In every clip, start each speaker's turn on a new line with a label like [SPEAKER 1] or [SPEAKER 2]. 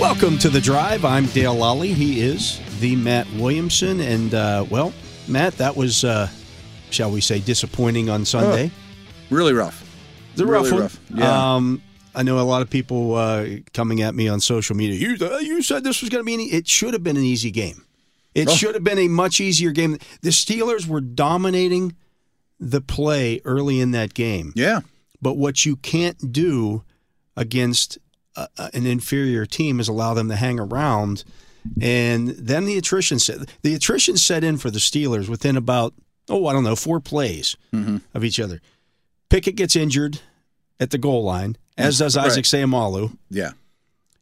[SPEAKER 1] Welcome to The Drive. I'm Dale Lally. He is the Matt Williamson. And, uh, well, Matt, that was, uh, shall we say, disappointing on Sunday.
[SPEAKER 2] Really rough.
[SPEAKER 1] It's a
[SPEAKER 2] really
[SPEAKER 1] rough one.
[SPEAKER 2] rough. Yeah.
[SPEAKER 1] Um, I know a lot of people uh, coming at me on social media. You, uh, you said this was going to be an. E-. It should have been an easy game. It
[SPEAKER 2] Oh.
[SPEAKER 1] should have been a much easier game. The Steelers were dominating the play early in that game,
[SPEAKER 2] Yeah.
[SPEAKER 1] but what you can't do against uh, an inferior team is allow them to hang around. And then the attrition set the attrition set in for the Steelers within about oh I don't know four plays
[SPEAKER 2] hmm
[SPEAKER 1] of each other. Pickett gets injured at the goal line, as does
[SPEAKER 2] Right.
[SPEAKER 1] Isaac Sayamalu.
[SPEAKER 2] Yeah.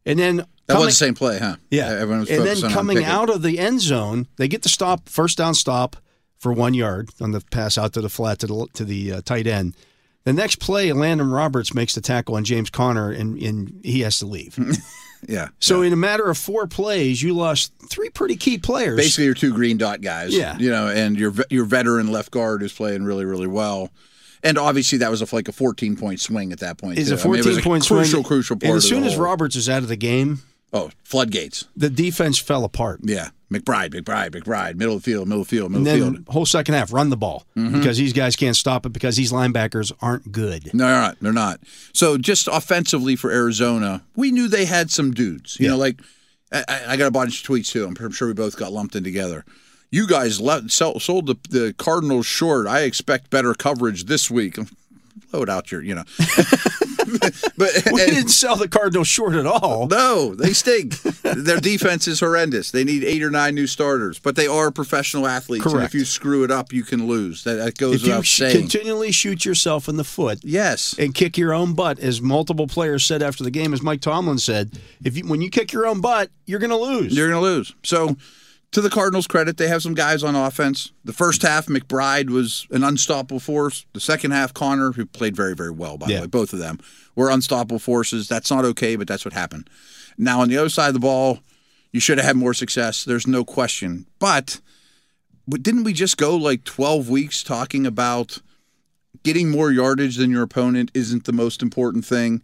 [SPEAKER 1] And then
[SPEAKER 2] That
[SPEAKER 1] coming,
[SPEAKER 2] was the same play, huh?
[SPEAKER 1] yeah,
[SPEAKER 2] Uh, Everyone was
[SPEAKER 1] and
[SPEAKER 2] focused
[SPEAKER 1] then
[SPEAKER 2] on
[SPEAKER 1] coming
[SPEAKER 2] Pickett.
[SPEAKER 1] out of the end zone, they get the stop, first down stop for one yard on the pass out to the flat to the to the uh, tight end. The next play, Landon Roberts makes the tackle on James Conner, and, and he has to leave.
[SPEAKER 2] Yeah.
[SPEAKER 1] So in a matter of four plays, you lost three pretty key players.
[SPEAKER 2] basically your two green dot guys.
[SPEAKER 1] Yeah.
[SPEAKER 2] You know, and your ve- your veteran left guard who's playing really really well. And obviously that was a, like a 14 point swing at that point.
[SPEAKER 1] is
[SPEAKER 2] too.
[SPEAKER 1] a
[SPEAKER 2] I mean, it was
[SPEAKER 1] fourteen point swing.
[SPEAKER 2] Crucial crucial part.
[SPEAKER 1] And as
[SPEAKER 2] of
[SPEAKER 1] soon
[SPEAKER 2] the
[SPEAKER 1] as
[SPEAKER 2] whole-
[SPEAKER 1] Roberts is out of the game,
[SPEAKER 2] Oh, floodgates.
[SPEAKER 1] the defense fell apart.
[SPEAKER 2] Yeah. McBride, McBride, McBride, middle of the field, middle of the field, middle
[SPEAKER 1] And
[SPEAKER 2] of the field.
[SPEAKER 1] then whole second half, run the ball
[SPEAKER 2] Mm-hmm.
[SPEAKER 1] because these guys can't stop it because these linebackers aren't good.
[SPEAKER 2] No, they're not. They're not. So just offensively for Arizona, we knew they had some dudes. You know, like I, I- I got a bunch of tweets too. I'm, I'm sure we both got lumped in together. You guys let, sell, sold the, the Cardinals short. I expect better coverage this week. Blow it out your, you know. but
[SPEAKER 1] We didn't sell the Cardinals short at all.
[SPEAKER 2] no, they stink. Their defense is horrendous. They need eight or nine new starters, but they are professional athletes. And
[SPEAKER 1] Correct.
[SPEAKER 2] if you screw it up, you can lose. That, that goes
[SPEAKER 1] If you
[SPEAKER 2] without
[SPEAKER 1] sh-
[SPEAKER 2] saying.
[SPEAKER 1] continually shoot yourself in the foot
[SPEAKER 2] yes.
[SPEAKER 1] and kick your own butt, as multiple players said after the game, as Mike Tomlin said, if you, when you kick your own butt, you're going to lose.
[SPEAKER 2] You're going to lose. So, to the Cardinals' credit, they have some guys on offense. The first half, McBride was an unstoppable force. The second half, Connor, who played very, very well, by
[SPEAKER 1] Yeah.
[SPEAKER 2] the way, both of them were unstoppable forces. That's not okay, but that's what happened. Now, on the other side of the ball, you should have had more success. There's no question. But, but didn't we just go like 12 weeks talking about getting more yardage than your opponent isn't the most important thing?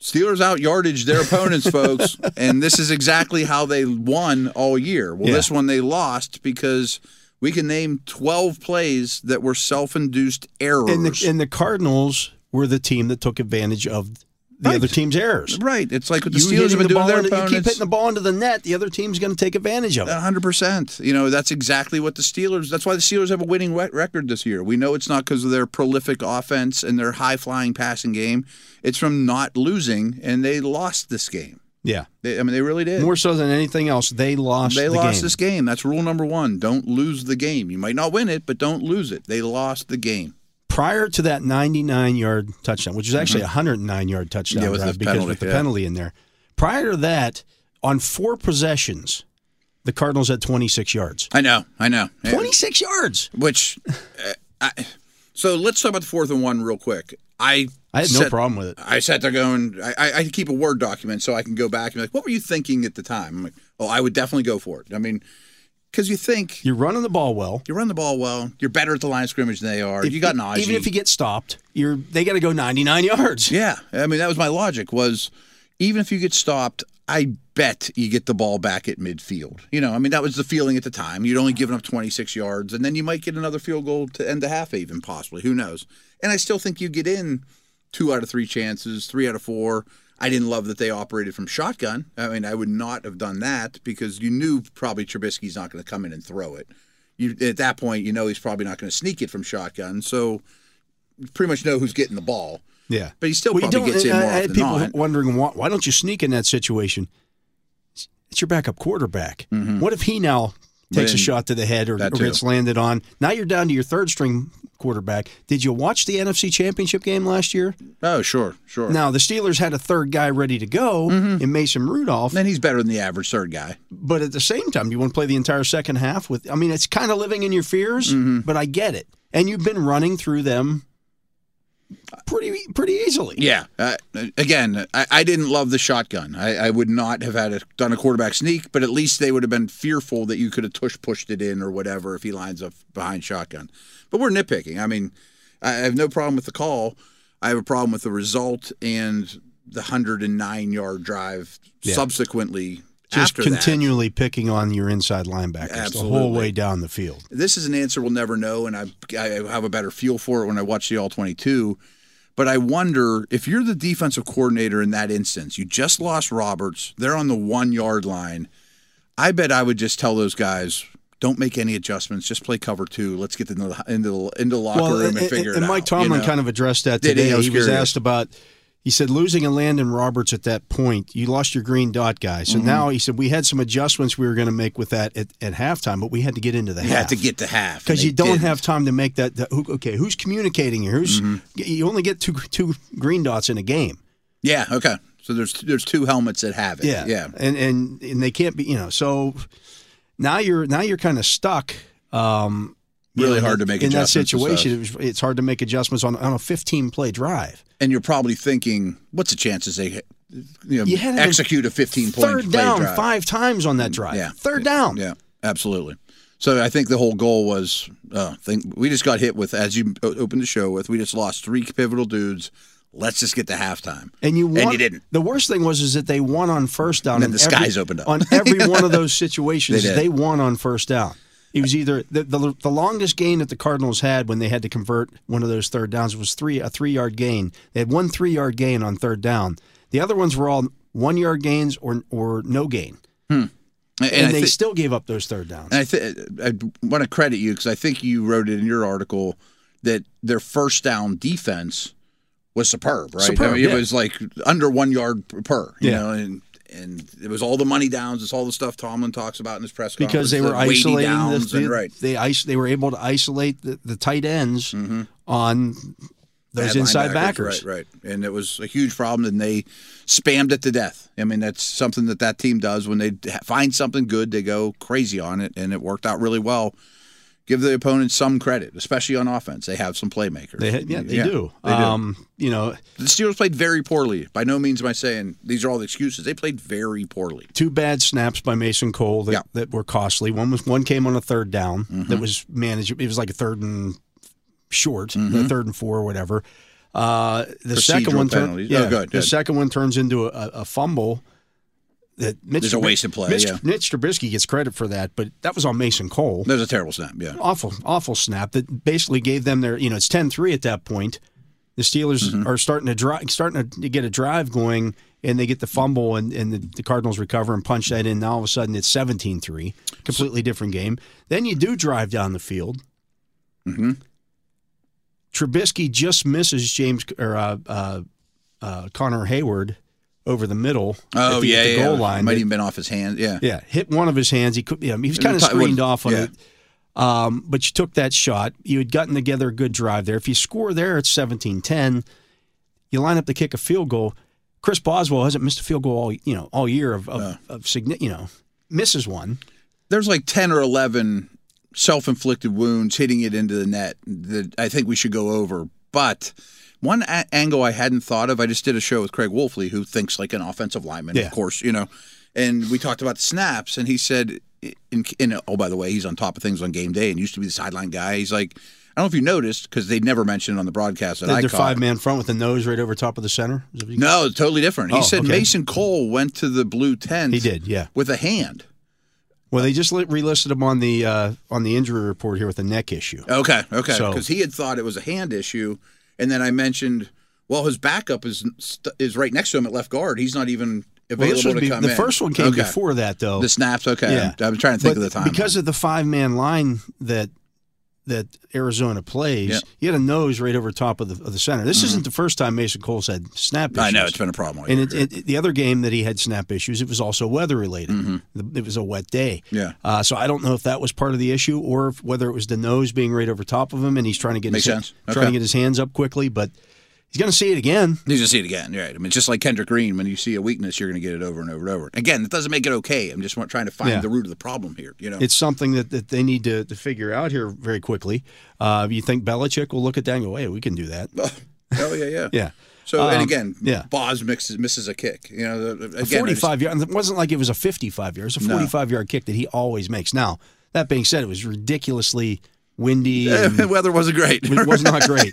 [SPEAKER 2] Steelers out yardage their opponents, folks, and this is exactly how they won all year. Well,
[SPEAKER 1] Yeah.
[SPEAKER 2] this one they lost because we can name twelve plays that were self-induced errors.
[SPEAKER 1] and, the, and the Cardinals were the team that took advantage of the
[SPEAKER 2] Right.
[SPEAKER 1] other team's errors.
[SPEAKER 2] right? It's like what the
[SPEAKER 1] You
[SPEAKER 2] Steelers
[SPEAKER 1] hitting
[SPEAKER 2] have been
[SPEAKER 1] the
[SPEAKER 2] doing
[SPEAKER 1] ball
[SPEAKER 2] to their
[SPEAKER 1] into- you
[SPEAKER 2] opponents.
[SPEAKER 1] keep hitting the ball into the net, the other team's going to take advantage of it.
[SPEAKER 2] A hundred percent. You know that's exactly what the Steelers. That's why the Steelers have a winning re- record this year. We know it's not because of their prolific offense and their high-flying passing game. It's from not losing, and they lost this game.
[SPEAKER 1] yeah.
[SPEAKER 2] They, I mean, they really did.
[SPEAKER 1] More so than anything else, they lost
[SPEAKER 2] They
[SPEAKER 1] the
[SPEAKER 2] lost
[SPEAKER 1] game.
[SPEAKER 2] this game. That's rule number one. Don't lose the game. You might not win it, but don't lose it. They lost the game.
[SPEAKER 1] prior to that 99 yard touchdown, which is actually a 109 yard touchdown
[SPEAKER 2] Mm-hmm. Yeah, with the
[SPEAKER 1] drive because
[SPEAKER 2] penalty,
[SPEAKER 1] with the
[SPEAKER 2] yeah.
[SPEAKER 1] penalty in there. Prior to that, on four possessions, the Cardinals had 26 yards.
[SPEAKER 2] I know. I know.
[SPEAKER 1] 26 yards.
[SPEAKER 2] Which, uh, I, so let's talk about the fourth and one real quick. I
[SPEAKER 1] I had no
[SPEAKER 2] sat-
[SPEAKER 1] problem with it.
[SPEAKER 2] I sat there going, I, I, I keep a Word document so I can go back and be like, what were you thinking at the time? I'm like, oh, I would definitely go for it. I mean, because you think
[SPEAKER 1] You're running the ball well.
[SPEAKER 2] you run the ball well, you're better at the line of scrimmage than they are.
[SPEAKER 1] If-
[SPEAKER 2] you got Najee.
[SPEAKER 1] Even if you get stopped, you're they got to go 99 yards.
[SPEAKER 2] Yeah, I mean that was my logic was even if you get stopped, I bet you get the ball back at midfield. You know, I mean that was the feeling at the time. You'd only given up 26 yards, and then you might get another field goal to end the half, even possibly. Who knows? And I still think you get in two out of three chances, three out of four. I didn't love that they operated from shotgun. I mean, I would not have done that because you knew probably Trubisky's not going to come in and throw it. You at that point, you know he's probably not going to sneak it from shotgun. So you pretty much know who's getting the ball.
[SPEAKER 1] Yeah.
[SPEAKER 2] But he still
[SPEAKER 1] Well, you
[SPEAKER 2] probably
[SPEAKER 1] don't-
[SPEAKER 2] gets in
[SPEAKER 1] I,
[SPEAKER 2] more
[SPEAKER 1] I had
[SPEAKER 2] often
[SPEAKER 1] people
[SPEAKER 2] than not.
[SPEAKER 1] wondering why, why don't you sneak in that situation? It's your backup quarterback. What if he now takes a
[SPEAKER 2] Mm-hmm. Then-
[SPEAKER 1] shot to the head or, or
[SPEAKER 2] that too.
[SPEAKER 1] gets landed on? Now you're down to your third string quarterback. Did you watch the NFC Championship game last year?
[SPEAKER 2] Oh, sure, sure.
[SPEAKER 1] Now the Steelers had a third guy ready to go
[SPEAKER 2] Mm-hmm.
[SPEAKER 1] in Mason Rudolph,
[SPEAKER 2] and he's better than the average third guy.
[SPEAKER 1] but at the same time, you want to play the entire second half with. I mean, it's kind of living in your fears,
[SPEAKER 2] Mm-hmm.
[SPEAKER 1] but I get it. And you've been running through them pretty pretty easily.
[SPEAKER 2] Yeah. Uh, again, I, I didn't love the shotgun. I, I would not have had a, done a quarterback sneak, but at least they would have been fearful that you could have tush pushed it in or whatever if he lines up behind shotgun. But we're nitpicking. I mean, I I have no problem with the call. I have a problem with the result and the 109 yard drive
[SPEAKER 1] Yeah.
[SPEAKER 2] subsequently
[SPEAKER 1] Just
[SPEAKER 2] after that.
[SPEAKER 1] continually picking on your inside linebackers the whole
[SPEAKER 2] Absolutely.
[SPEAKER 1] way down the field.
[SPEAKER 2] this is an answer we'll never know, and I, I have a better feel for it when I watch the All 22. But I wonder if you're the defensive coordinator in that instance, you just lost Roberts, they're on the one yard line. I bet I would just tell those guys, don't make any adjustments, just play cover two. Let's get into the, into the, into the locker room and, figure it out.
[SPEAKER 1] Mike Tomlin
[SPEAKER 2] you know?
[SPEAKER 1] kind of addressed that
[SPEAKER 2] Did he?
[SPEAKER 1] today.
[SPEAKER 2] I was
[SPEAKER 1] He was
[SPEAKER 2] curious.
[SPEAKER 1] asked about. He said losing a Landon Roberts at that point, you lost your green dot guy. So
[SPEAKER 2] Mm-hmm.
[SPEAKER 1] now he said we had some adjustments we were going to make with that at, at halftime, but we had to get into the
[SPEAKER 2] you
[SPEAKER 1] half
[SPEAKER 2] had to get to half and
[SPEAKER 1] because you
[SPEAKER 2] they
[SPEAKER 1] don't
[SPEAKER 2] didn't. Mm-hmm.
[SPEAKER 1] have time to make that. that who, okay, who's communicating here? Who's you only get two two green dots in a game.
[SPEAKER 2] Yeah, okay. So there's there's two helmets that have it.
[SPEAKER 1] Yeah,
[SPEAKER 2] yeah.
[SPEAKER 1] and and and they can't be. You know, so now you're now you're kind of stuck. Um, you
[SPEAKER 2] Really
[SPEAKER 1] know,
[SPEAKER 2] hard to make
[SPEAKER 1] in that
[SPEAKER 2] adjustments and stuff.
[SPEAKER 1] situation. It was, it's hard to make adjustments on on a 15 play drive.
[SPEAKER 2] And you're probably thinking, what's the chances they you know,
[SPEAKER 1] You had it in
[SPEAKER 2] execute a 15 point
[SPEAKER 1] Third down
[SPEAKER 2] drive? Mm,
[SPEAKER 1] five times on that drive.
[SPEAKER 2] Yeah.
[SPEAKER 1] Third down.
[SPEAKER 2] Yeah, absolutely. So I think the whole goal was, uh, think we just got hit with as you o- opened the show with, we just lost three pivotal dudes. Let's just get to halftime.
[SPEAKER 1] And you won.
[SPEAKER 2] you didn't.
[SPEAKER 1] The worst thing was is that they won on first down.
[SPEAKER 2] And then
[SPEAKER 1] in
[SPEAKER 2] the skies opened up.
[SPEAKER 1] on every one of those situations.
[SPEAKER 2] They
[SPEAKER 1] They,
[SPEAKER 2] did.
[SPEAKER 1] won on first down. It was either the, the the longest gain that the Cardinals had when they had to convert one of those third downs was three a three yard gain. They had one three yard gain on third down. The other ones were all one yard gains or or no gain,
[SPEAKER 2] And,
[SPEAKER 1] and,
[SPEAKER 2] I
[SPEAKER 1] they
[SPEAKER 2] thi-
[SPEAKER 1] still gave up those third downs.
[SPEAKER 2] and I, th- I want to credit you because I think you wrote it in your article that their first down defense was superb, right? I
[SPEAKER 1] Superb,
[SPEAKER 2] mean,
[SPEAKER 1] yeah.
[SPEAKER 2] It was like under one yard per, you
[SPEAKER 1] Yeah.
[SPEAKER 2] know, and and it was all the money downs. It's all the stuff Tomlin talks about in his press conference.
[SPEAKER 1] because they
[SPEAKER 2] the
[SPEAKER 1] were
[SPEAKER 2] weighty
[SPEAKER 1] isolating the,
[SPEAKER 2] downs
[SPEAKER 1] they,
[SPEAKER 2] and, right.
[SPEAKER 1] they is- they were able to isolate the, the tight ends on those
[SPEAKER 2] Mm-hmm. Bad
[SPEAKER 1] inside backers.
[SPEAKER 2] linebackers, Right, right. And it was a huge problem, and they spammed it to death. I mean, that's something that that team does. When they d- find something good, they go crazy on it, and it worked out really well. Give the opponent some credit, especially on offense. They have some playmakers.
[SPEAKER 1] They had, yeah, they do.
[SPEAKER 2] They do.
[SPEAKER 1] Um, you know,
[SPEAKER 2] the Steelers played very poorly. By no means am I saying these are all the excuses. They played very poorly.
[SPEAKER 1] two bad snaps by Mason Cole that,
[SPEAKER 2] Yeah. Mm-hmm.
[SPEAKER 1] that were costly. One was one came on a third down that was managed. It was like a third and short, a third and four or whatever. Uh, the second
[SPEAKER 2] Mm-hmm. Procedural
[SPEAKER 1] one, turn-
[SPEAKER 2] penalties.
[SPEAKER 1] yeah,
[SPEAKER 2] Oh, good,
[SPEAKER 1] the
[SPEAKER 2] good.
[SPEAKER 1] second one turns into a, a fumble. That Mitch,
[SPEAKER 2] There's a wasted play,
[SPEAKER 1] Mitch,
[SPEAKER 2] yeah.
[SPEAKER 1] Mitch Trubisky gets credit for that, but that was on Mason Cole.
[SPEAKER 2] That was a terrible snap. Yeah.
[SPEAKER 1] awful, awful snap that basically gave them their, you know, it's 10 3 at that point. The Steelers
[SPEAKER 2] Mm-hmm.
[SPEAKER 1] are starting to drive, starting to get a drive going, and they get the fumble, and, and the, the Cardinals recover and punch that in. Now all of a sudden it's 17 3, completely different game. Then you do drive down the field.
[SPEAKER 2] Mhm.
[SPEAKER 1] Trubisky just misses James or uh, uh, uh, Connor Hayward over the middle
[SPEAKER 2] Oh
[SPEAKER 1] at the,
[SPEAKER 2] yeah,
[SPEAKER 1] at the
[SPEAKER 2] yeah,
[SPEAKER 1] goal
[SPEAKER 2] yeah.
[SPEAKER 1] line.
[SPEAKER 2] Might even been off his hand. Yeah.
[SPEAKER 1] Yeah, hit one of his hands. He could, you know, he was
[SPEAKER 2] And
[SPEAKER 1] kind of
[SPEAKER 2] the ti-
[SPEAKER 1] screened
[SPEAKER 2] when-
[SPEAKER 1] off on
[SPEAKER 2] yeah.
[SPEAKER 1] it. Um, but you took that shot. You had gotten together a good drive there. If you score there, it's 17-10. You line up to kick a field goal. Chris Boswell hasn't missed a field goal all you know all year of of, of signi- you know misses one.
[SPEAKER 2] there's like 10 or 11 self-inflicted wounds hitting it into the net that I think we should go over. But one a- angle I hadn't thought of, I just did a show with Craig Wolfley, who thinks like an offensive lineman,
[SPEAKER 1] Yeah.
[SPEAKER 2] of course, you know, and we talked about the snaps, and he said, in, in, oh, by the way, he's on top of things on game day and used to be the sideline guy. He's like, I don't know if you noticed, because they never mentioned it on the broadcast that I
[SPEAKER 1] Their
[SPEAKER 2] caught.
[SPEAKER 1] five man front with the nose right over top of the center. Is that what you-
[SPEAKER 2] No, it's totally different. He
[SPEAKER 1] Oh,
[SPEAKER 2] said
[SPEAKER 1] okay.
[SPEAKER 2] Mason Cole went to the blue tent
[SPEAKER 1] He did, yeah.
[SPEAKER 2] with a hand.
[SPEAKER 1] Well, they just li- relisted him on the uh, on the injury report here with a neck issue.
[SPEAKER 2] Okay, okay.
[SPEAKER 1] So-
[SPEAKER 2] Because he had thought it was a hand issue, and then I mentioned, well, his backup is st- is right next to him at left guard. He's not even
[SPEAKER 1] Well,
[SPEAKER 2] available
[SPEAKER 1] this was
[SPEAKER 2] to
[SPEAKER 1] be-
[SPEAKER 2] come
[SPEAKER 1] the
[SPEAKER 2] in.
[SPEAKER 1] first one came
[SPEAKER 2] Okay.
[SPEAKER 1] before that though.
[SPEAKER 2] The snaps, okay. I'm trying to
[SPEAKER 1] But
[SPEAKER 2] think of the time
[SPEAKER 1] because of the five man line that that Arizona plays.
[SPEAKER 2] Yeah. Mm-hmm.
[SPEAKER 1] He had a nose right over top of the of the center. This isn't the first time Mason Cole's had snap issues.
[SPEAKER 2] I know it's been a problem. all
[SPEAKER 1] and
[SPEAKER 2] year.
[SPEAKER 1] it, it, the other game that he had snap issues, it was also weather related. It was a wet day.
[SPEAKER 2] Mm-hmm. Yeah.
[SPEAKER 1] Uh, so I don't know if that was part of the issue or if, whether it was the nose being right over top of him and he's trying to get
[SPEAKER 2] Makes
[SPEAKER 1] his
[SPEAKER 2] sense.
[SPEAKER 1] trying to
[SPEAKER 2] Okay.
[SPEAKER 1] get his hands up quickly, but he's going to see it again.
[SPEAKER 2] You just see it again, right? I mean, it's just like Kendrick Green, when you see a weakness, you're going to get it over and over and over. Again, it doesn't make it okay. I'm just wa- trying to find
[SPEAKER 1] Yeah.
[SPEAKER 2] the root of the problem here. You know,
[SPEAKER 1] It's something that, that they need to, to figure out here very quickly. Uh, you think Belichick will look at that and go, "Hey, we can do that."
[SPEAKER 2] oh yeah, yeah.
[SPEAKER 1] Yeah.
[SPEAKER 2] So
[SPEAKER 1] Um,
[SPEAKER 2] and again,
[SPEAKER 1] yeah.
[SPEAKER 2] Boz mixes, misses a kick. You know, the- again, I just-
[SPEAKER 1] 45 yard. It wasn't like it was a 55 yard. It was a
[SPEAKER 2] No.
[SPEAKER 1] 45 yard kick that he always makes. Now, that being said, it was ridiculously windy.
[SPEAKER 2] The
[SPEAKER 1] And
[SPEAKER 2] weather wasn't great.
[SPEAKER 1] it was not great.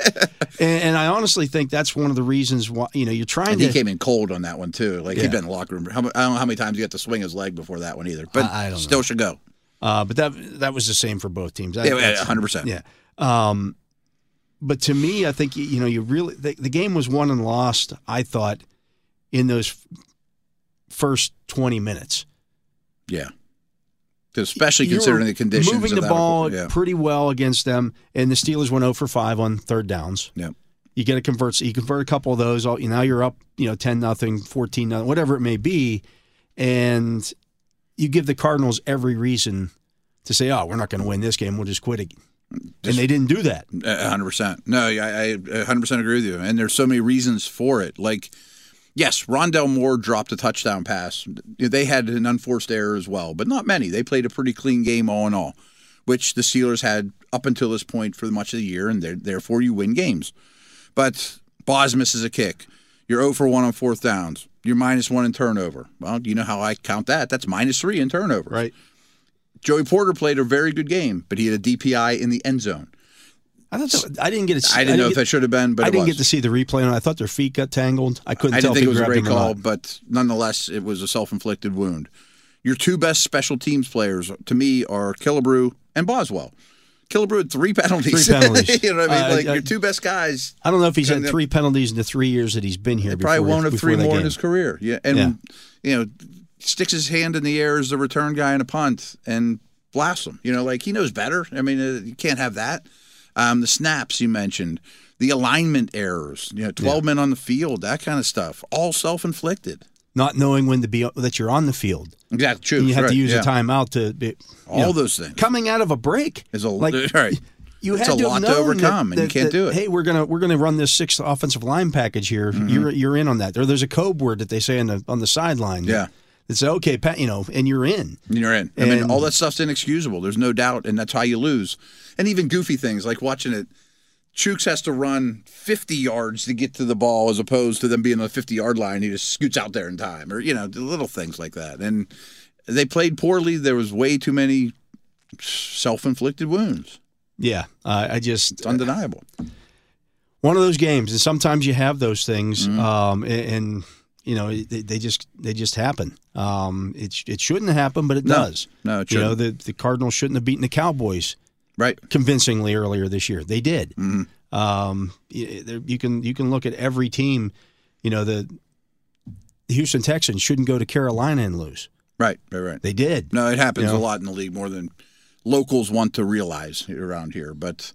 [SPEAKER 1] And, and I honestly think that's one of the reasons why, you know, you're trying
[SPEAKER 2] And he
[SPEAKER 1] to.
[SPEAKER 2] came in cold on that one too. Like
[SPEAKER 1] Yeah.
[SPEAKER 2] he'd been in the locker room. How, mu- I don't know how many times he had to swing his leg before that one either. But
[SPEAKER 1] I- I don't
[SPEAKER 2] still should go.
[SPEAKER 1] Uh, but that that was the same for both teams. That-
[SPEAKER 2] Yeah, yeah,
[SPEAKER 1] that's-
[SPEAKER 2] 100%.
[SPEAKER 1] Yeah. Um, but to me, I think you, you know you really the, the game was won and lost. I thought in those f- first twenty minutes,
[SPEAKER 2] Yeah. 'Cause Especially
[SPEAKER 1] You were
[SPEAKER 2] considering the conditions.
[SPEAKER 1] moving
[SPEAKER 2] of
[SPEAKER 1] the
[SPEAKER 2] that-
[SPEAKER 1] ball
[SPEAKER 2] Yeah.
[SPEAKER 1] pretty well against them, and the Steelers went zero for five on third downs.
[SPEAKER 2] Yep.
[SPEAKER 1] You get a convert, you convert a couple of those. all- you now you're up, you know, ten nothing, fourteen nothing, whatever it may be, and you give the Cardinals every reason to say, "Oh, we're not going to win this game. We'll just quit again." and they didn't do that.
[SPEAKER 2] A hundred percent. No, yeah, I I a hundred percent agree with you. And there's so many reasons for it. Like, yes, Rondell Moore dropped a touchdown pass. They had an unforced error as well, but not many. They played a pretty clean game all in all, which the Steelers had up until this point for much of the year, and there- therefore you win games. But Boz misses a kick. You're 0 for 1 on fourth downs. You're minus 1 in turnover. Well, you know how I count that. That's minus 3 in turnover.
[SPEAKER 1] Right.
[SPEAKER 2] Joey Porter played a very good game, but he had a DPI in the end zone.
[SPEAKER 1] I thought that, I didn't get it.
[SPEAKER 2] I didn't know if
[SPEAKER 1] get,
[SPEAKER 2] that should have been, but
[SPEAKER 1] I
[SPEAKER 2] it
[SPEAKER 1] didn't
[SPEAKER 2] was.
[SPEAKER 1] get to see the replay, and I thought their feet got tangled. I couldn't
[SPEAKER 2] I
[SPEAKER 1] tell
[SPEAKER 2] didn't
[SPEAKER 1] if
[SPEAKER 2] think it was
[SPEAKER 1] they
[SPEAKER 2] a
[SPEAKER 1] grabbed
[SPEAKER 2] great
[SPEAKER 1] him or
[SPEAKER 2] call,
[SPEAKER 1] not.
[SPEAKER 2] but nonetheless, it was a self-inflicted wound. Your two best special teams players, to me, are Killebrew and Boswell. Killebrew had three penalties.
[SPEAKER 1] Three penalties.
[SPEAKER 2] you know what I mean?
[SPEAKER 1] Uh,
[SPEAKER 2] like
[SPEAKER 1] uh,
[SPEAKER 2] your two best guys
[SPEAKER 1] I don't know if he's had
[SPEAKER 2] And the-
[SPEAKER 1] three penalties in the three years that he's been here.
[SPEAKER 2] They probably
[SPEAKER 1] before-
[SPEAKER 2] won't have
[SPEAKER 1] before
[SPEAKER 2] three
[SPEAKER 1] that
[SPEAKER 2] more
[SPEAKER 1] game.
[SPEAKER 2] in his career. Yeah, and
[SPEAKER 1] Yeah.
[SPEAKER 2] you know, sticks his hand in the air as the return guy in a punt and blasts him. You know, like he knows better. I mean, uh, you can't have that. Um, the snaps you mentioned, the alignment errors. You know, twelve men on the field, that kind of stuff, all self-inflicted.
[SPEAKER 1] Not knowing when to be that you're on the field,
[SPEAKER 2] Exactly. True.
[SPEAKER 1] and you have
[SPEAKER 2] right,
[SPEAKER 1] to use
[SPEAKER 2] yeah.
[SPEAKER 1] a timeout to be, you
[SPEAKER 2] All
[SPEAKER 1] know,
[SPEAKER 2] those things
[SPEAKER 1] coming out of a break.
[SPEAKER 2] is a
[SPEAKER 1] like,
[SPEAKER 2] all right.
[SPEAKER 1] you
[SPEAKER 2] it's
[SPEAKER 1] had
[SPEAKER 2] a
[SPEAKER 1] to have
[SPEAKER 2] lot to
[SPEAKER 1] known
[SPEAKER 2] overcome,
[SPEAKER 1] that,
[SPEAKER 2] and you
[SPEAKER 1] that- that,
[SPEAKER 2] can't do it. Mm-hmm.
[SPEAKER 1] Hey, we're gonna we're gonna run this sixth offensive line package here. You're you're in on that. There, there's a code word that they say on the on the sideline.
[SPEAKER 2] Yeah.
[SPEAKER 1] it's okay, Pat. You know, and you're in.
[SPEAKER 2] And You're in. I mean,
[SPEAKER 1] And-
[SPEAKER 2] all that stuff's inexcusable. There's no doubt, and that's how you lose. And even goofy things like watching it. Chooks has to run 50 yards to get to the ball, as opposed to them being on the 50 yard line. He just scoots out there in time, or you know, the little things like that. And they played poorly. There was way too many self-inflicted wounds.
[SPEAKER 1] Yeah, uh, I just
[SPEAKER 2] It's undeniable.
[SPEAKER 1] one of those games, and sometimes you have those things,
[SPEAKER 2] Mm-hmm.
[SPEAKER 1] um, and, and you know they, they just they just happen. Um, it sh- it shouldn't happen, but it
[SPEAKER 2] No,
[SPEAKER 1] does.
[SPEAKER 2] No, it
[SPEAKER 1] You know
[SPEAKER 2] shouldn't.
[SPEAKER 1] the the Cardinals shouldn't have beaten the Cowboys
[SPEAKER 2] right?
[SPEAKER 1] convincingly earlier this year. They did.
[SPEAKER 2] hmm
[SPEAKER 1] Um, y- there- you can you can look at every team. You know the the Houston Texans shouldn't go to Carolina and lose.
[SPEAKER 2] Right, right, right.
[SPEAKER 1] They did.
[SPEAKER 2] No, it happens
[SPEAKER 1] You know?
[SPEAKER 2] a lot in the league more than locals want to realize around here. But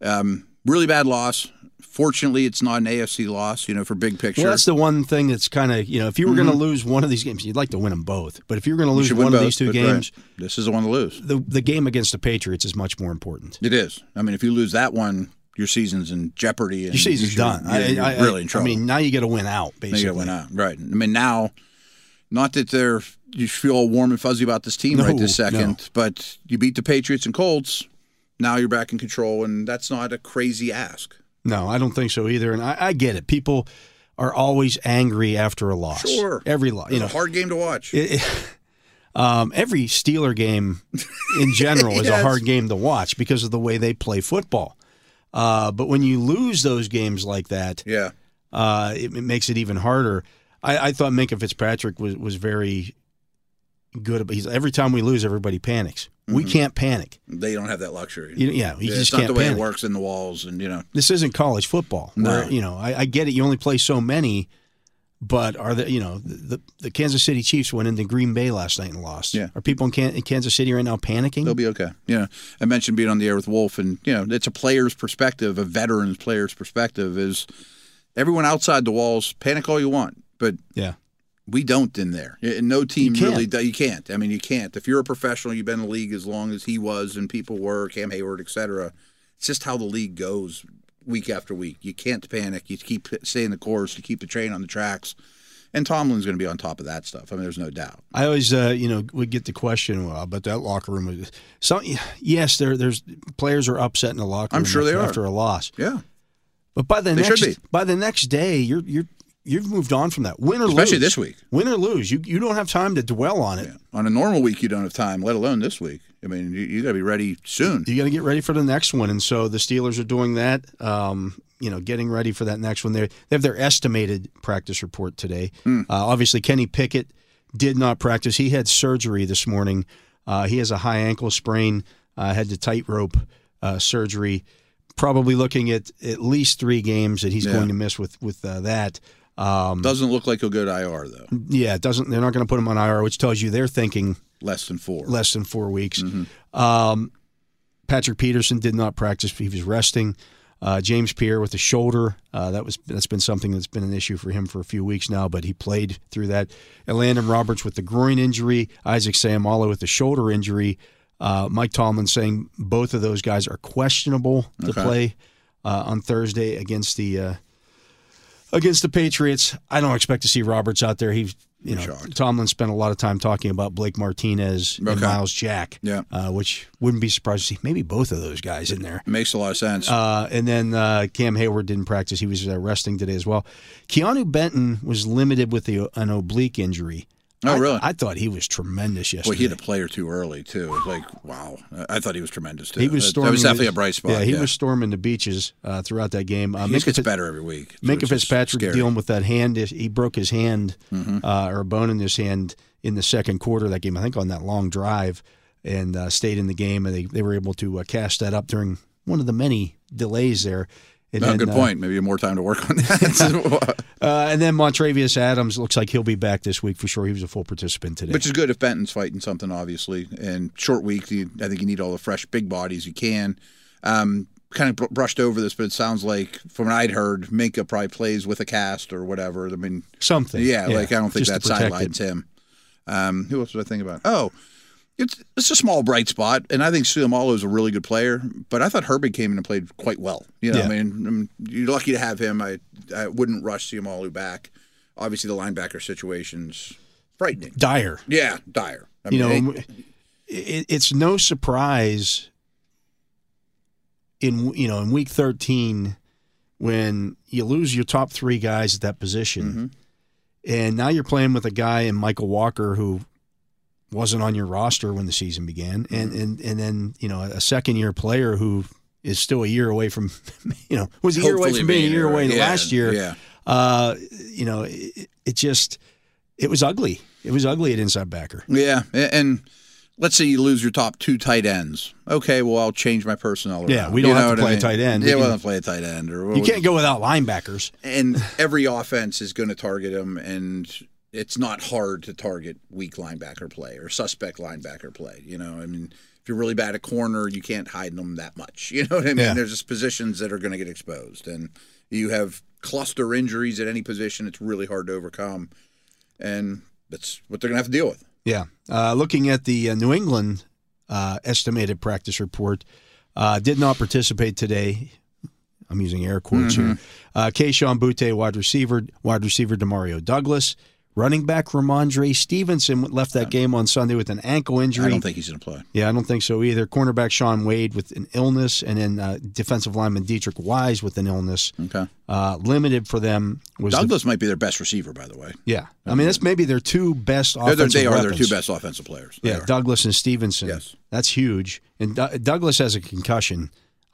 [SPEAKER 2] um, really bad loss. Fortunately, it's not an AFC loss. You know, for big picture,
[SPEAKER 1] Well, that's the one thing that's kind of you know if you were going to lose one of these games, you'd like to win them both. But if you're going to lose
[SPEAKER 2] Mm-hmm.
[SPEAKER 1] one
[SPEAKER 2] should win
[SPEAKER 1] of
[SPEAKER 2] both,
[SPEAKER 1] these two
[SPEAKER 2] but,
[SPEAKER 1] games,
[SPEAKER 2] right, this is the one to lose.
[SPEAKER 1] the the game against the Patriots is much more important.
[SPEAKER 2] It is. I mean, if you lose that one, your season's in jeopardy. And
[SPEAKER 1] Your season's
[SPEAKER 2] you're-
[SPEAKER 1] done. I,
[SPEAKER 2] yeah, you're
[SPEAKER 1] I- I-
[SPEAKER 2] really in trouble.
[SPEAKER 1] I mean, now you got to win out.
[SPEAKER 2] Now
[SPEAKER 1] Basically,
[SPEAKER 2] you gotta win out. Right. I mean, now, not that they're you feel all warm and fuzzy about this team
[SPEAKER 1] No,
[SPEAKER 2] right this second,
[SPEAKER 1] no.
[SPEAKER 2] but you beat the Patriots and Colts. Now you're back in control, and that's not a crazy ask.
[SPEAKER 1] No, I don't think so either. And I, I get it. People are always angry after a loss.
[SPEAKER 2] Sure.
[SPEAKER 1] every loss. You know,
[SPEAKER 2] it's a hard game to watch.
[SPEAKER 1] it- it- um, every Steeler game in general is a
[SPEAKER 2] Yes.
[SPEAKER 1] hard game to watch because of the way they play football. Uh, but when you lose those games like that,
[SPEAKER 2] yeah.
[SPEAKER 1] uh, it, it makes it even harder. I, I thought Minka Fitzpatrick was was very good. About, he's, every time we lose, everybody panics. We can't panic.
[SPEAKER 2] They don't have that luxury.
[SPEAKER 1] You, yeah, you
[SPEAKER 2] Mm-hmm. Yeah,
[SPEAKER 1] just
[SPEAKER 2] it's not
[SPEAKER 1] can't
[SPEAKER 2] the way
[SPEAKER 1] panic.
[SPEAKER 2] it works in the walls, and you know,
[SPEAKER 1] This isn't college football.
[SPEAKER 2] No.
[SPEAKER 1] Where, you know, I, I get it. You only play so many, but are the you know the, the, the Kansas City Chiefs went into Green Bay last night and lost.
[SPEAKER 2] Yeah.
[SPEAKER 1] Are people in, Can- in Kansas City right now panicking?
[SPEAKER 2] they'll be okay. You know, I mentioned being on the air with Wolf, and you know, it's a player's perspective, a veteran's player's perspective is everyone outside the walls panic all you want, but
[SPEAKER 1] yeah.
[SPEAKER 2] we don't in there. And no team
[SPEAKER 1] You can't.
[SPEAKER 2] really do, you can't. I mean, you can't. If you're a professional, you've been in the league as long as he was, and people were Cam Hayward, et cetera. It's just how the league goes week after week. You can't panic. You keep staying the course. You keep the train on the tracks. And Tomlin's going to be on top of that stuff. I mean, there's no doubt.
[SPEAKER 1] I always, uh, you know, would get the question well, about that locker room. was- So, yes, there, there's players are upset in the locker
[SPEAKER 2] I'm
[SPEAKER 1] room.
[SPEAKER 2] sure they
[SPEAKER 1] after,
[SPEAKER 2] are.
[SPEAKER 1] after a loss.
[SPEAKER 2] Yeah,
[SPEAKER 1] But by the
[SPEAKER 2] They should
[SPEAKER 1] next
[SPEAKER 2] be.
[SPEAKER 1] by the next day, you're you're you've moved on from that. Win or
[SPEAKER 2] especially
[SPEAKER 1] lose,
[SPEAKER 2] this week.
[SPEAKER 1] win or lose, you you don't have time to dwell on it.
[SPEAKER 2] On a normal week, you don't have time, let alone this week. I mean, you, you got to be ready soon.
[SPEAKER 1] You got to get ready for the next one, and so the Steelers are doing that. Um, you know, getting ready for that next one. They they have their estimated practice report today. Uh, obviously, Kenny Pickett did not practice. He had surgery this morning. Uh, he has a high ankle sprain. Uh, had the tightrope uh, surgery. Probably looking at at least three games that he's
[SPEAKER 2] Yeah.
[SPEAKER 1] going to miss with with uh, that. Um,
[SPEAKER 2] Doesn't look like he'll go to IR though.
[SPEAKER 1] yeah, it doesn't. They're not going to put him on IR, which tells you they're thinking
[SPEAKER 2] Less than four.
[SPEAKER 1] less than four weeks.
[SPEAKER 2] Mm-hmm.
[SPEAKER 1] Um, Patrick Peterson did not practice; he was resting. Uh, James Pierre with the shoulder uh, that was that's been something that's been an issue for him for a few weeks now, but he played through that. And Landon Roberts with the groin injury, Isaac Samala with the shoulder injury. Uh, Mike Tomlin saying both of those guys are questionable to
[SPEAKER 2] Okay.
[SPEAKER 1] play uh, on Thursday against the uh, against the Patriots. I don't expect to see Roberts out there. He's you know
[SPEAKER 2] Shocked.
[SPEAKER 1] Tomlin spent a lot of time talking about Blake Martinez and
[SPEAKER 2] Okay.
[SPEAKER 1] Miles Jack,
[SPEAKER 2] Yeah.
[SPEAKER 1] uh, which wouldn't be surprised to see maybe both of those guys in there.
[SPEAKER 2] Makes a lot of sense.
[SPEAKER 1] Uh, and then uh, Cam Hayward didn't practice; he was uh, resting today as well. Keanu Benton was limited with the, an oblique injury.
[SPEAKER 2] Oh,
[SPEAKER 1] I-
[SPEAKER 2] really?
[SPEAKER 1] I thought he was tremendous yesterday.
[SPEAKER 2] Boy, he had a player too early too. It was like, wow. I I thought he was tremendous too.
[SPEAKER 1] He was
[SPEAKER 2] uh, that, that
[SPEAKER 1] storming.
[SPEAKER 2] was definitely
[SPEAKER 1] the-
[SPEAKER 2] a bright spot.
[SPEAKER 1] Yeah, he was storming the beaches uh, throughout that game. Uh,
[SPEAKER 2] He
[SPEAKER 1] Minka
[SPEAKER 2] just gets
[SPEAKER 1] Fitz-
[SPEAKER 2] better every week.
[SPEAKER 1] Minka
[SPEAKER 2] which is
[SPEAKER 1] Fitzpatrick
[SPEAKER 2] scary. Mm-hmm.
[SPEAKER 1] dealing with that hand. is- He broke his hand uh, or a bone in his hand in the second quarter of that game, I think, on that long drive and uh, stayed in the game. And they, they were able to uh, cast that up during one of the many delays there. And
[SPEAKER 2] No,
[SPEAKER 1] then,
[SPEAKER 2] good
[SPEAKER 1] uh,
[SPEAKER 2] point. Maybe more time to work on that.
[SPEAKER 1] Uh, and then Montrevious Adams looks like he'll be back this week for sure. He was a full participant today.
[SPEAKER 2] Which is good if Benton's fighting something, obviously. And short week, you, I think you need all the fresh big bodies you can. Um, kind of br- brushed over this, but it sounds like, from what I'd heard, Minka probably plays with a cast or whatever. I mean,
[SPEAKER 1] Something.
[SPEAKER 2] yeah, like I don't think
[SPEAKER 1] just
[SPEAKER 2] that
[SPEAKER 1] to protect it.
[SPEAKER 2] sidelines him. Um, who else was I thinking about? Oh, it's it's a small bright spot, and I think Suamalo is a really good player. But I thought Herbig came in and played quite well. You know,
[SPEAKER 1] Yeah.
[SPEAKER 2] I, mean, I mean, you're lucky to have him. I I wouldn't rush Suamalo back. Obviously, the linebacker situation's frightening.
[SPEAKER 1] Dire.
[SPEAKER 2] Yeah, dire. I
[SPEAKER 1] you know,
[SPEAKER 2] mean,
[SPEAKER 1] and w- it, it's no surprise in you know in week 13 when you lose your top three guys at that position,
[SPEAKER 2] Mm-hmm.
[SPEAKER 1] and now you're playing with a guy in Michael Walker who wasn't on your roster when the season began,
[SPEAKER 2] Mm-hmm.
[SPEAKER 1] and and and then you know a second year player who is still a year away from you know was a year away
[SPEAKER 2] hopefully
[SPEAKER 1] from being a year
[SPEAKER 2] there.
[SPEAKER 1] away
[SPEAKER 2] Yeah,
[SPEAKER 1] last year
[SPEAKER 2] Yeah,
[SPEAKER 1] uh you know it, it just it was ugly it was ugly at inside backer
[SPEAKER 2] yeah, A- and. Let's say you lose your top two tight ends. Okay, well I'll change my personnel. Around.
[SPEAKER 1] Yeah, we don't
[SPEAKER 2] You
[SPEAKER 1] have
[SPEAKER 2] know
[SPEAKER 1] to play
[SPEAKER 2] what I
[SPEAKER 1] a tight
[SPEAKER 2] mean?
[SPEAKER 1] end. We
[SPEAKER 2] Yeah,
[SPEAKER 1] can-
[SPEAKER 2] we don't have to play a tight end. Or
[SPEAKER 1] you can't go without linebackers
[SPEAKER 2] and every offense is going to target him and it's not hard to target weak linebacker play or suspect linebacker play you know i mean if you're really bad at corner you can't hide them that much you know what i mean
[SPEAKER 1] Yeah.
[SPEAKER 2] there's just positions that are going to get exposed and you have cluster injuries at any position it's really hard to overcome and that's what they're going to have to deal with
[SPEAKER 1] Yeah. Uh, looking at the uh, New England uh, estimated practice report, uh, did not participate today. I'm using air quotes here.
[SPEAKER 2] Mm-hmm.
[SPEAKER 1] Uh, Keishawn Butte, wide receiver, wide receiver Demario Douglas, running back Ramondre Stevenson left that game on Sunday with an ankle injury.
[SPEAKER 2] i don't think he's going to play
[SPEAKER 1] Yeah, I don't think so either. Cornerback Sean Wade with an illness, and then uh, defensive lineman Dietrich Wise with an illness.
[SPEAKER 2] okay
[SPEAKER 1] Uh, limited for them was the-
[SPEAKER 2] douglas might be their best receiver by the way
[SPEAKER 1] yeah. I mean, that's maybe their two best
[SPEAKER 2] they're, their-
[SPEAKER 1] offensive
[SPEAKER 2] they are their
[SPEAKER 1] weapons.
[SPEAKER 2] two best offensive players They
[SPEAKER 1] Yeah,
[SPEAKER 2] are.
[SPEAKER 1] Douglas and Stevenson.
[SPEAKER 2] Yes.
[SPEAKER 1] That's huge. And D- Douglas has a concussion.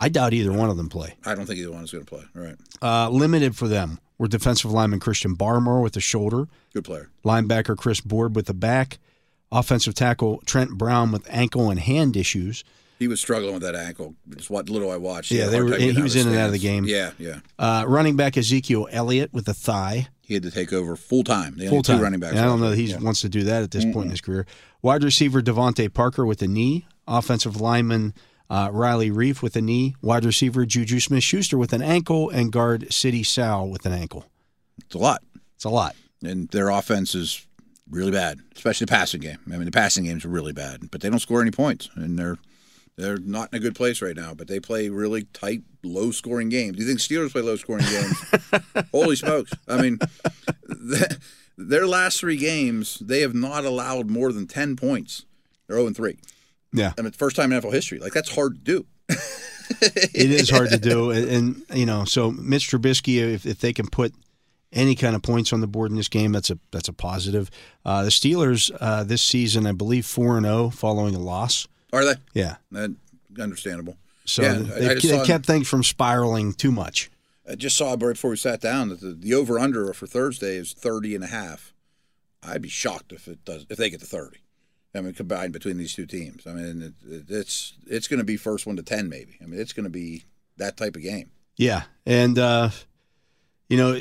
[SPEAKER 1] I doubt either one of them play.
[SPEAKER 2] i don't think either one is going to play all right
[SPEAKER 1] Uh, limited for them were defensive lineman Christian Barmore with the shoulder,
[SPEAKER 2] good player
[SPEAKER 1] linebacker Chris Board with the back, offensive tackle Trent Brown with ankle and hand issues.
[SPEAKER 2] He was struggling with that ankle. It's what little I watched.
[SPEAKER 1] Yeah,
[SPEAKER 2] had a
[SPEAKER 1] they
[SPEAKER 2] hard
[SPEAKER 1] were-
[SPEAKER 2] time getting
[SPEAKER 1] he was
[SPEAKER 2] his
[SPEAKER 1] in and out of the
[SPEAKER 2] stance.
[SPEAKER 1] game.
[SPEAKER 2] Yeah, yeah.
[SPEAKER 1] Uh, running back Ezekiel Elliott with a thigh,
[SPEAKER 2] He had to take over full time. They only
[SPEAKER 1] full
[SPEAKER 2] had two
[SPEAKER 1] time
[SPEAKER 2] running backs.
[SPEAKER 1] I don't
[SPEAKER 2] left.
[SPEAKER 1] know that he
[SPEAKER 2] Yeah.
[SPEAKER 1] wants to do that at this point in his career. Wide receiver Devontae Parker with a knee, offensive lineman uh, Riley Reef with a knee, wide receiver Juju Smith Schuster with an ankle, and guard City Sal with an ankle.
[SPEAKER 2] It's a lot,
[SPEAKER 1] It's a lot.
[SPEAKER 2] and their offense is really bad, especially the passing game. I mean, the passing game's really bad, but they don't score any points, and they're they're not in a good place right now. But they play really tight, low scoring games. Do you think Steelers play low scoring games? Holy smokes! I mean, th their last three games, they have not allowed more than ten points. They're zero and three.
[SPEAKER 1] Yeah,
[SPEAKER 2] I mean, first time in NFL history. Like that's hard to do.
[SPEAKER 1] it is hard to do, and, and you know, so Mitch Trubisky, if, if they can put any kind of points on the board in this game, that's a that's a positive. Uh, the Steelers uh, this season, I believe, four and zero oh following a loss.
[SPEAKER 2] Are they?
[SPEAKER 1] Yeah.
[SPEAKER 2] That, understandable.
[SPEAKER 1] So
[SPEAKER 2] Yeah, I-
[SPEAKER 1] they,
[SPEAKER 2] I
[SPEAKER 1] they
[SPEAKER 2] just saw-
[SPEAKER 1] kept things from spiraling too much.
[SPEAKER 2] I just saw right before we sat down that the, the over under for Thursday is 30 and a half. I'd be shocked if it does if they get to 30. I mean, combined between these two teams. I mean, it, it, it's it's going to be first one to 10 maybe. I mean, it's going to be that type of game.
[SPEAKER 1] Yeah. And, uh, you know,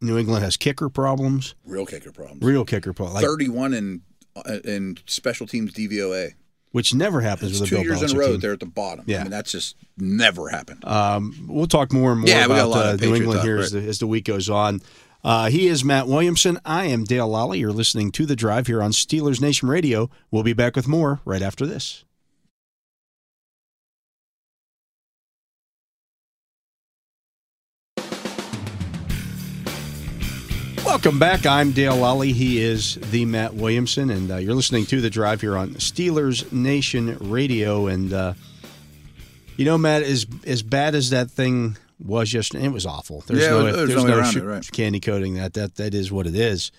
[SPEAKER 1] New England has kicker problems,
[SPEAKER 2] Real kicker problems.
[SPEAKER 1] real kicker problems, like,
[SPEAKER 2] 31 in uh, in special teams DVOA.
[SPEAKER 1] which never happens
[SPEAKER 2] It's
[SPEAKER 1] with a
[SPEAKER 2] two
[SPEAKER 1] Bill
[SPEAKER 2] years in a
[SPEAKER 1] Belichick
[SPEAKER 2] row
[SPEAKER 1] team.
[SPEAKER 2] they're at the bottom. I
[SPEAKER 1] Yeah.
[SPEAKER 2] mean, that's just never happened.
[SPEAKER 1] Um, we'll talk more and more
[SPEAKER 2] Yeah, we got a
[SPEAKER 1] about
[SPEAKER 2] lot of
[SPEAKER 1] uh, New
[SPEAKER 2] Patriot
[SPEAKER 1] England
[SPEAKER 2] talk,
[SPEAKER 1] here as, the, as the week goes on. Uh, he is Matt Williamson. I am Dale Lally. You're listening to The Drive here on Steelers Nation Radio. We'll be back with more right after this. Welcome back. I'm Dale Lally. He is the Matt Williamson, and uh, you're listening to The Drive here on Steelers Nation Radio. And uh, you know, Matt, as as bad as that thing was yesterday, it was awful. There's
[SPEAKER 2] Yeah,
[SPEAKER 1] no,
[SPEAKER 2] there's
[SPEAKER 1] there's,
[SPEAKER 2] no way
[SPEAKER 1] no,
[SPEAKER 2] around
[SPEAKER 1] sh-
[SPEAKER 2] it, right.
[SPEAKER 1] candy coating that. That that is what it is.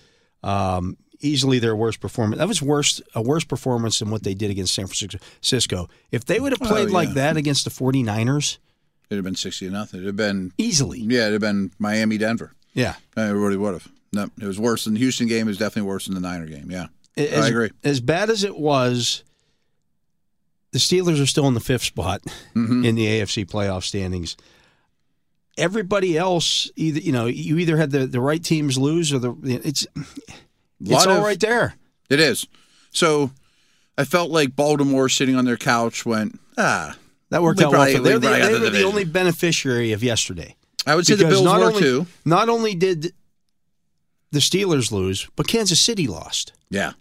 [SPEAKER 1] Um, easily their worst performance. That was worse a worse performance than what they did against San Francisco. If they would have played
[SPEAKER 2] Oh,
[SPEAKER 1] like
[SPEAKER 2] yeah.
[SPEAKER 1] that against the 49ers,
[SPEAKER 2] It'd have been 60 to nothing. It'd have been
[SPEAKER 1] easily.
[SPEAKER 2] yeah, it'd have been Miami Denver.
[SPEAKER 1] Yeah.
[SPEAKER 2] Everybody would have. No, it was worse than the Houston game. It was definitely worse than the Niner game. Yeah,
[SPEAKER 1] As,
[SPEAKER 2] I agree.
[SPEAKER 1] As bad as it was, the Steelers are still in the fifth spot
[SPEAKER 2] Mhm.
[SPEAKER 1] in the AFC playoff standings. Everybody else, either you know, you either had the, the right teams lose or the it's it's
[SPEAKER 2] Lot
[SPEAKER 1] all
[SPEAKER 2] of-
[SPEAKER 1] right there.
[SPEAKER 2] It is. So I felt like Baltimore sitting on their couch went ah.
[SPEAKER 1] That worked
[SPEAKER 2] We
[SPEAKER 1] out
[SPEAKER 2] probably-
[SPEAKER 1] well. For them.
[SPEAKER 2] we
[SPEAKER 1] They're the-
[SPEAKER 2] probably got
[SPEAKER 1] they
[SPEAKER 2] the
[SPEAKER 1] were the
[SPEAKER 2] division.
[SPEAKER 1] only beneficiary of yesterday.
[SPEAKER 2] I would say the
[SPEAKER 1] Because
[SPEAKER 2] Bills
[SPEAKER 1] not
[SPEAKER 2] were
[SPEAKER 1] only-
[SPEAKER 2] too.
[SPEAKER 1] Not only did the Steelers lose, but Kansas City lost.
[SPEAKER 2] Yeah.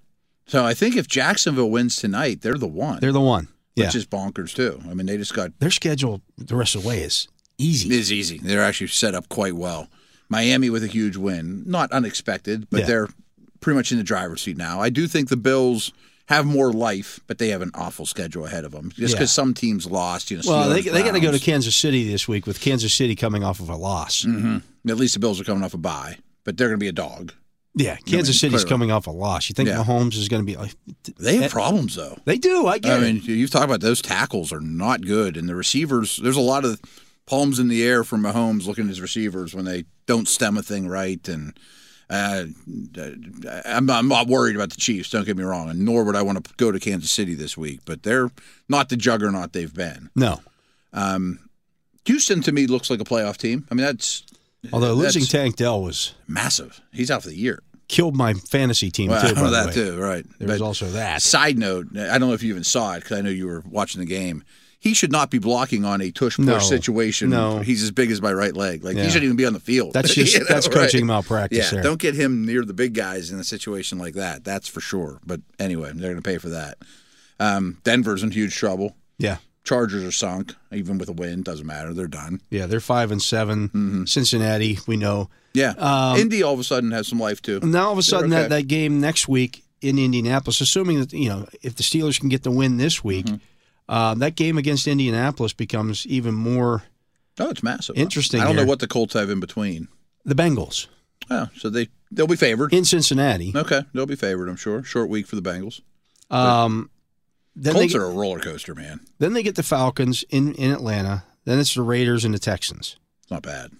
[SPEAKER 2] So I think if Jacksonville wins tonight, they're the one,
[SPEAKER 1] They're the one. Yeah,
[SPEAKER 2] which is bonkers too. I mean, they just got
[SPEAKER 1] their schedule the rest of the way is easy.
[SPEAKER 2] is easy. They're actually set up quite well. Miami with a huge win, not unexpected, but
[SPEAKER 1] Yeah.
[SPEAKER 2] they're pretty much in the driver's seat now. I do think the Bills have more life, but they have an awful schedule ahead of them. Just because
[SPEAKER 1] Yeah.
[SPEAKER 2] some teams lost, you know.
[SPEAKER 1] Well, they,
[SPEAKER 2] Steelers,
[SPEAKER 1] they got to go to
[SPEAKER 2] Browns.
[SPEAKER 1] Kansas City this week with Kansas City coming off of a loss.
[SPEAKER 2] Mm-hmm. At least the Bills are coming off a bye, but they're going to be a dog.
[SPEAKER 1] Yeah, Kansas
[SPEAKER 2] mean,
[SPEAKER 1] City's
[SPEAKER 2] clearly.
[SPEAKER 1] coming off a loss. You think
[SPEAKER 2] Yeah.
[SPEAKER 1] Mahomes is going to be like?
[SPEAKER 2] They have problems though.
[SPEAKER 1] They do. I get
[SPEAKER 2] I
[SPEAKER 1] it.
[SPEAKER 2] mean, you've talked about those tackles are not good, and the receivers. There's a lot of palms in the air from Mahomes looking at his receivers when they don't stem a thing right. And uh, I'm, I'm not worried about the Chiefs. Don't get me wrong, and nor would I want to go to Kansas City this week. But they're not the juggernaut they've been.
[SPEAKER 1] No,
[SPEAKER 2] Um, Houston to me looks like a playoff team. I mean, that's
[SPEAKER 1] although losing
[SPEAKER 2] That's-
[SPEAKER 1] Tank Dell was
[SPEAKER 2] massive. He's out for the year.
[SPEAKER 1] killed my fantasy team
[SPEAKER 2] Well,
[SPEAKER 1] too.
[SPEAKER 2] I
[SPEAKER 1] By
[SPEAKER 2] know
[SPEAKER 1] the
[SPEAKER 2] that
[SPEAKER 1] way,
[SPEAKER 2] too, right?
[SPEAKER 1] there was
[SPEAKER 2] But-
[SPEAKER 1] also that.
[SPEAKER 2] Side note, I don't know if you even saw it because I know you were watching the game. He should not be blocking on a tush push
[SPEAKER 1] No.
[SPEAKER 2] situation.
[SPEAKER 1] No.
[SPEAKER 2] He's as big as my right leg. Like
[SPEAKER 1] Yeah.
[SPEAKER 2] he shouldn't even be on the field.
[SPEAKER 1] That's
[SPEAKER 2] You
[SPEAKER 1] just
[SPEAKER 2] know,
[SPEAKER 1] that's
[SPEAKER 2] right?
[SPEAKER 1] coaching malpractice.
[SPEAKER 2] Yeah,
[SPEAKER 1] there.
[SPEAKER 2] don't get him near the big guys in a situation like that. That's for sure. But anyway, they're going to pay for that. Um, Denver's in huge trouble.
[SPEAKER 1] yeah,
[SPEAKER 2] Chargers are sunk, even with a win. Doesn't matter. They're done.
[SPEAKER 1] yeah. They're five and 7
[SPEAKER 2] Mm-hmm.
[SPEAKER 1] Cincinnati, we know.
[SPEAKER 2] Yeah.
[SPEAKER 1] Um,
[SPEAKER 2] Indy all of a sudden has some life too.
[SPEAKER 1] Now all of a sudden that,
[SPEAKER 2] okay.
[SPEAKER 1] that game next week in Indianapolis, assuming that you know if the Steelers can get the win this week,
[SPEAKER 2] Mm-hmm.
[SPEAKER 1] uh, that game against Indianapolis becomes even more
[SPEAKER 2] Oh, it's massive.
[SPEAKER 1] Interesting
[SPEAKER 2] I don't
[SPEAKER 1] here.
[SPEAKER 2] know what the Colts have in between.
[SPEAKER 1] the Bengals
[SPEAKER 2] Oh, so they they'll be favored.
[SPEAKER 1] in Cincinnati.
[SPEAKER 2] Okay, they'll be favored, I'm sure. Short week for the Bengals.
[SPEAKER 1] Um, then
[SPEAKER 2] Colts
[SPEAKER 1] they,
[SPEAKER 2] are a roller coaster, man.
[SPEAKER 1] Then they get the Falcons in, in Atlanta. Then it's the Raiders and the Texans.
[SPEAKER 2] It's not bad.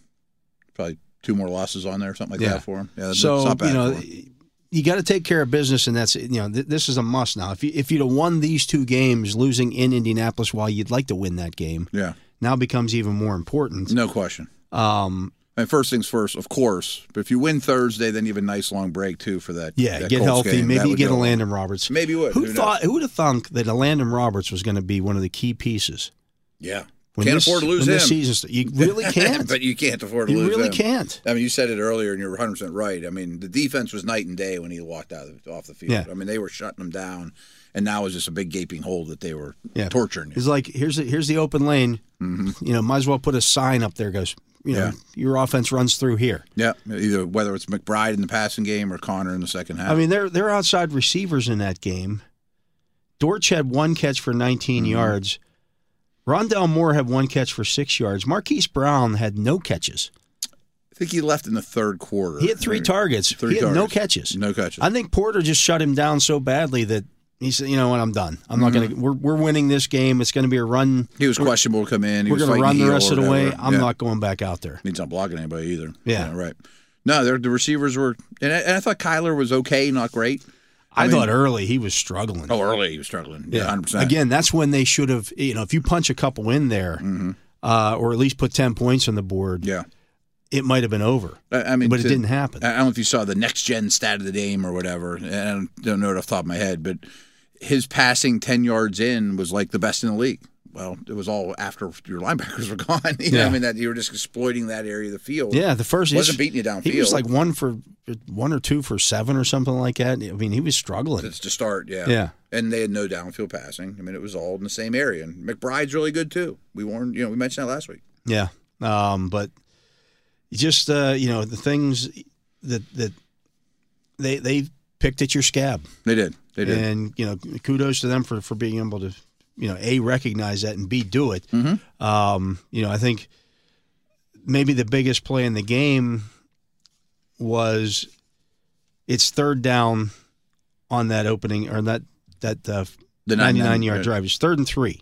[SPEAKER 2] Probably two more losses on there, or something like
[SPEAKER 1] Yeah.
[SPEAKER 2] that for them. Yeah, that's
[SPEAKER 1] so
[SPEAKER 2] not bad.
[SPEAKER 1] you know,
[SPEAKER 2] for 'em.
[SPEAKER 1] you got to take care of business, and that's you know th- this is a must now. If you if you'd have won these two games, losing in Indianapolis while you'd like to win that game,
[SPEAKER 2] yeah,
[SPEAKER 1] now becomes even more important.
[SPEAKER 2] no question.
[SPEAKER 1] Um,
[SPEAKER 2] And first things first, of course. But if you win Thursday, then you have a nice long break too for that.
[SPEAKER 1] yeah,
[SPEAKER 2] that
[SPEAKER 1] get
[SPEAKER 2] Colts
[SPEAKER 1] healthy.
[SPEAKER 2] game. That
[SPEAKER 1] Maybe you
[SPEAKER 2] would
[SPEAKER 1] get a
[SPEAKER 2] go-
[SPEAKER 1] Landon Roberts.
[SPEAKER 2] Maybe you would.
[SPEAKER 1] Who,
[SPEAKER 2] knows?
[SPEAKER 1] thought? Who would have thunk that a Landon Roberts was going to be one of the key pieces?
[SPEAKER 2] Yeah, can't
[SPEAKER 1] this-
[SPEAKER 2] afford to lose
[SPEAKER 1] when
[SPEAKER 2] him.
[SPEAKER 1] This season, st- you really can't.
[SPEAKER 2] but you can't afford to
[SPEAKER 1] you
[SPEAKER 2] lose
[SPEAKER 1] really
[SPEAKER 2] him.
[SPEAKER 1] can't.
[SPEAKER 2] I mean, you said it earlier, and you're 100 percent right. I mean, the defense was night and day when he walked out of, off the field.
[SPEAKER 1] Yeah.
[SPEAKER 2] I mean, they were shutting him down, and now it's just a big gaping hole that they were
[SPEAKER 1] Yeah.
[SPEAKER 2] torturing. You.
[SPEAKER 1] It's like here's the, here's the open lane. You know, might as well put a sign up there. Goes, you know,
[SPEAKER 2] Mm-hmm. Yeah.
[SPEAKER 1] your offense runs through here.
[SPEAKER 2] Yeah, either whether it's McBride in the passing game or Connor in the second half.
[SPEAKER 1] I mean, they're they're outside receivers in that game. Dortch had one catch for 19
[SPEAKER 2] Mm-hmm.
[SPEAKER 1] yards. Rondell Moore had one catch for six yards. Marquise Brown had no catches.
[SPEAKER 2] I think he left in the third quarter.
[SPEAKER 1] He had three targets.
[SPEAKER 2] Three
[SPEAKER 1] he had no
[SPEAKER 2] targets.
[SPEAKER 1] catches.
[SPEAKER 2] No catches.
[SPEAKER 1] I think Porter just shut him down so badly that He said, "You know what? I'm done. I'm not
[SPEAKER 2] Mm-hmm.
[SPEAKER 1] going to. We're we're winning this game. It's going to be a run.
[SPEAKER 2] He was questionable to come in. He
[SPEAKER 1] We're
[SPEAKER 2] was
[SPEAKER 1] going to
[SPEAKER 2] fighting
[SPEAKER 1] run the
[SPEAKER 2] heel
[SPEAKER 1] rest
[SPEAKER 2] or
[SPEAKER 1] of the way.
[SPEAKER 2] whatever.
[SPEAKER 1] I'm
[SPEAKER 2] Yeah.
[SPEAKER 1] not going back out there."
[SPEAKER 2] He's not blocking anybody either.
[SPEAKER 1] Yeah.
[SPEAKER 2] right. No, they're- the receivers were, and I, and I thought Kyler was okay, not great.
[SPEAKER 1] I,
[SPEAKER 2] mean-
[SPEAKER 1] thought early he was struggling.
[SPEAKER 2] Oh, early he was struggling. Yeah, hundred percent.
[SPEAKER 1] Again, that's when they should have. You know, if you punch a couple in there, uh, or at least put ten points on the board,
[SPEAKER 2] Mm-hmm. yeah.
[SPEAKER 1] it might have been over.
[SPEAKER 2] I, I mean,
[SPEAKER 1] but it
[SPEAKER 2] to-
[SPEAKER 1] didn't happen.
[SPEAKER 2] I I don't know if you saw the next gen stat of the game or whatever. And I don't- don't know it off the top of my head, but his passing 10 yards in was like the best in the league. Well, it was all after your linebackers were gone. You know,
[SPEAKER 1] Yeah.
[SPEAKER 2] I mean, that you were just exploiting that area of the field.
[SPEAKER 1] yeah, the first
[SPEAKER 2] Wasn't beating you downfield.
[SPEAKER 1] He was like one for one or two for seven or something like that. I mean, he was struggling.
[SPEAKER 2] It's to start, yeah.
[SPEAKER 1] Yeah.
[SPEAKER 2] And they had no downfield passing. I mean, it was all in the same area. And McBride's really good, too. We warned, you know, we mentioned that last week.
[SPEAKER 1] Yeah. Um, but just uh, you know the things that that they they picked at your scab,
[SPEAKER 2] They did. They did.
[SPEAKER 1] and you know kudos to them for for being able to you know a recognize that and b do it.
[SPEAKER 2] Mm-hmm.
[SPEAKER 1] Um, you know I think maybe the biggest play in the game was it's third down on that opening or that that uh,
[SPEAKER 2] The
[SPEAKER 1] 99 yard
[SPEAKER 2] yeah.
[SPEAKER 1] drive. It's third and three.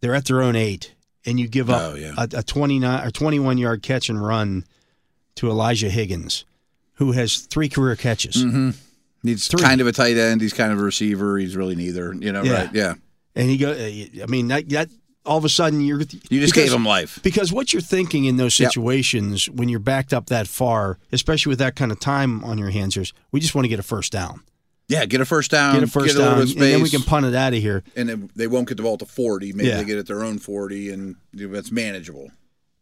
[SPEAKER 1] They're at their own eight, and you give up
[SPEAKER 2] Oh, yeah.
[SPEAKER 1] a, a 29 or 21 yard catch and run to Elijah Higgins, who has three career
[SPEAKER 2] Mm-hmm.
[SPEAKER 1] catches.
[SPEAKER 2] He's
[SPEAKER 1] Three.
[SPEAKER 2] kind of a tight end. He's kind of a receiver. He's really neither. You know,
[SPEAKER 1] Yeah.
[SPEAKER 2] right? Yeah.
[SPEAKER 1] And he go, uh, I mean, that, that all of a sudden you're
[SPEAKER 2] You just
[SPEAKER 1] because,
[SPEAKER 2] gave him life.
[SPEAKER 1] because what you're thinking in those
[SPEAKER 2] Yep.
[SPEAKER 1] situations when you're backed up that far, especially with that kind of time on your hands, is we just want to get a first down,
[SPEAKER 2] Yeah, Um, get a first down.
[SPEAKER 1] get a first
[SPEAKER 2] a little
[SPEAKER 1] down,
[SPEAKER 2] bit of
[SPEAKER 1] and then we
[SPEAKER 2] space,
[SPEAKER 1] can punt it out of here.
[SPEAKER 2] and then they won't get the ball to forty. Maybe
[SPEAKER 1] Yeah.
[SPEAKER 2] they get at their own forty, and you know, that's manageable.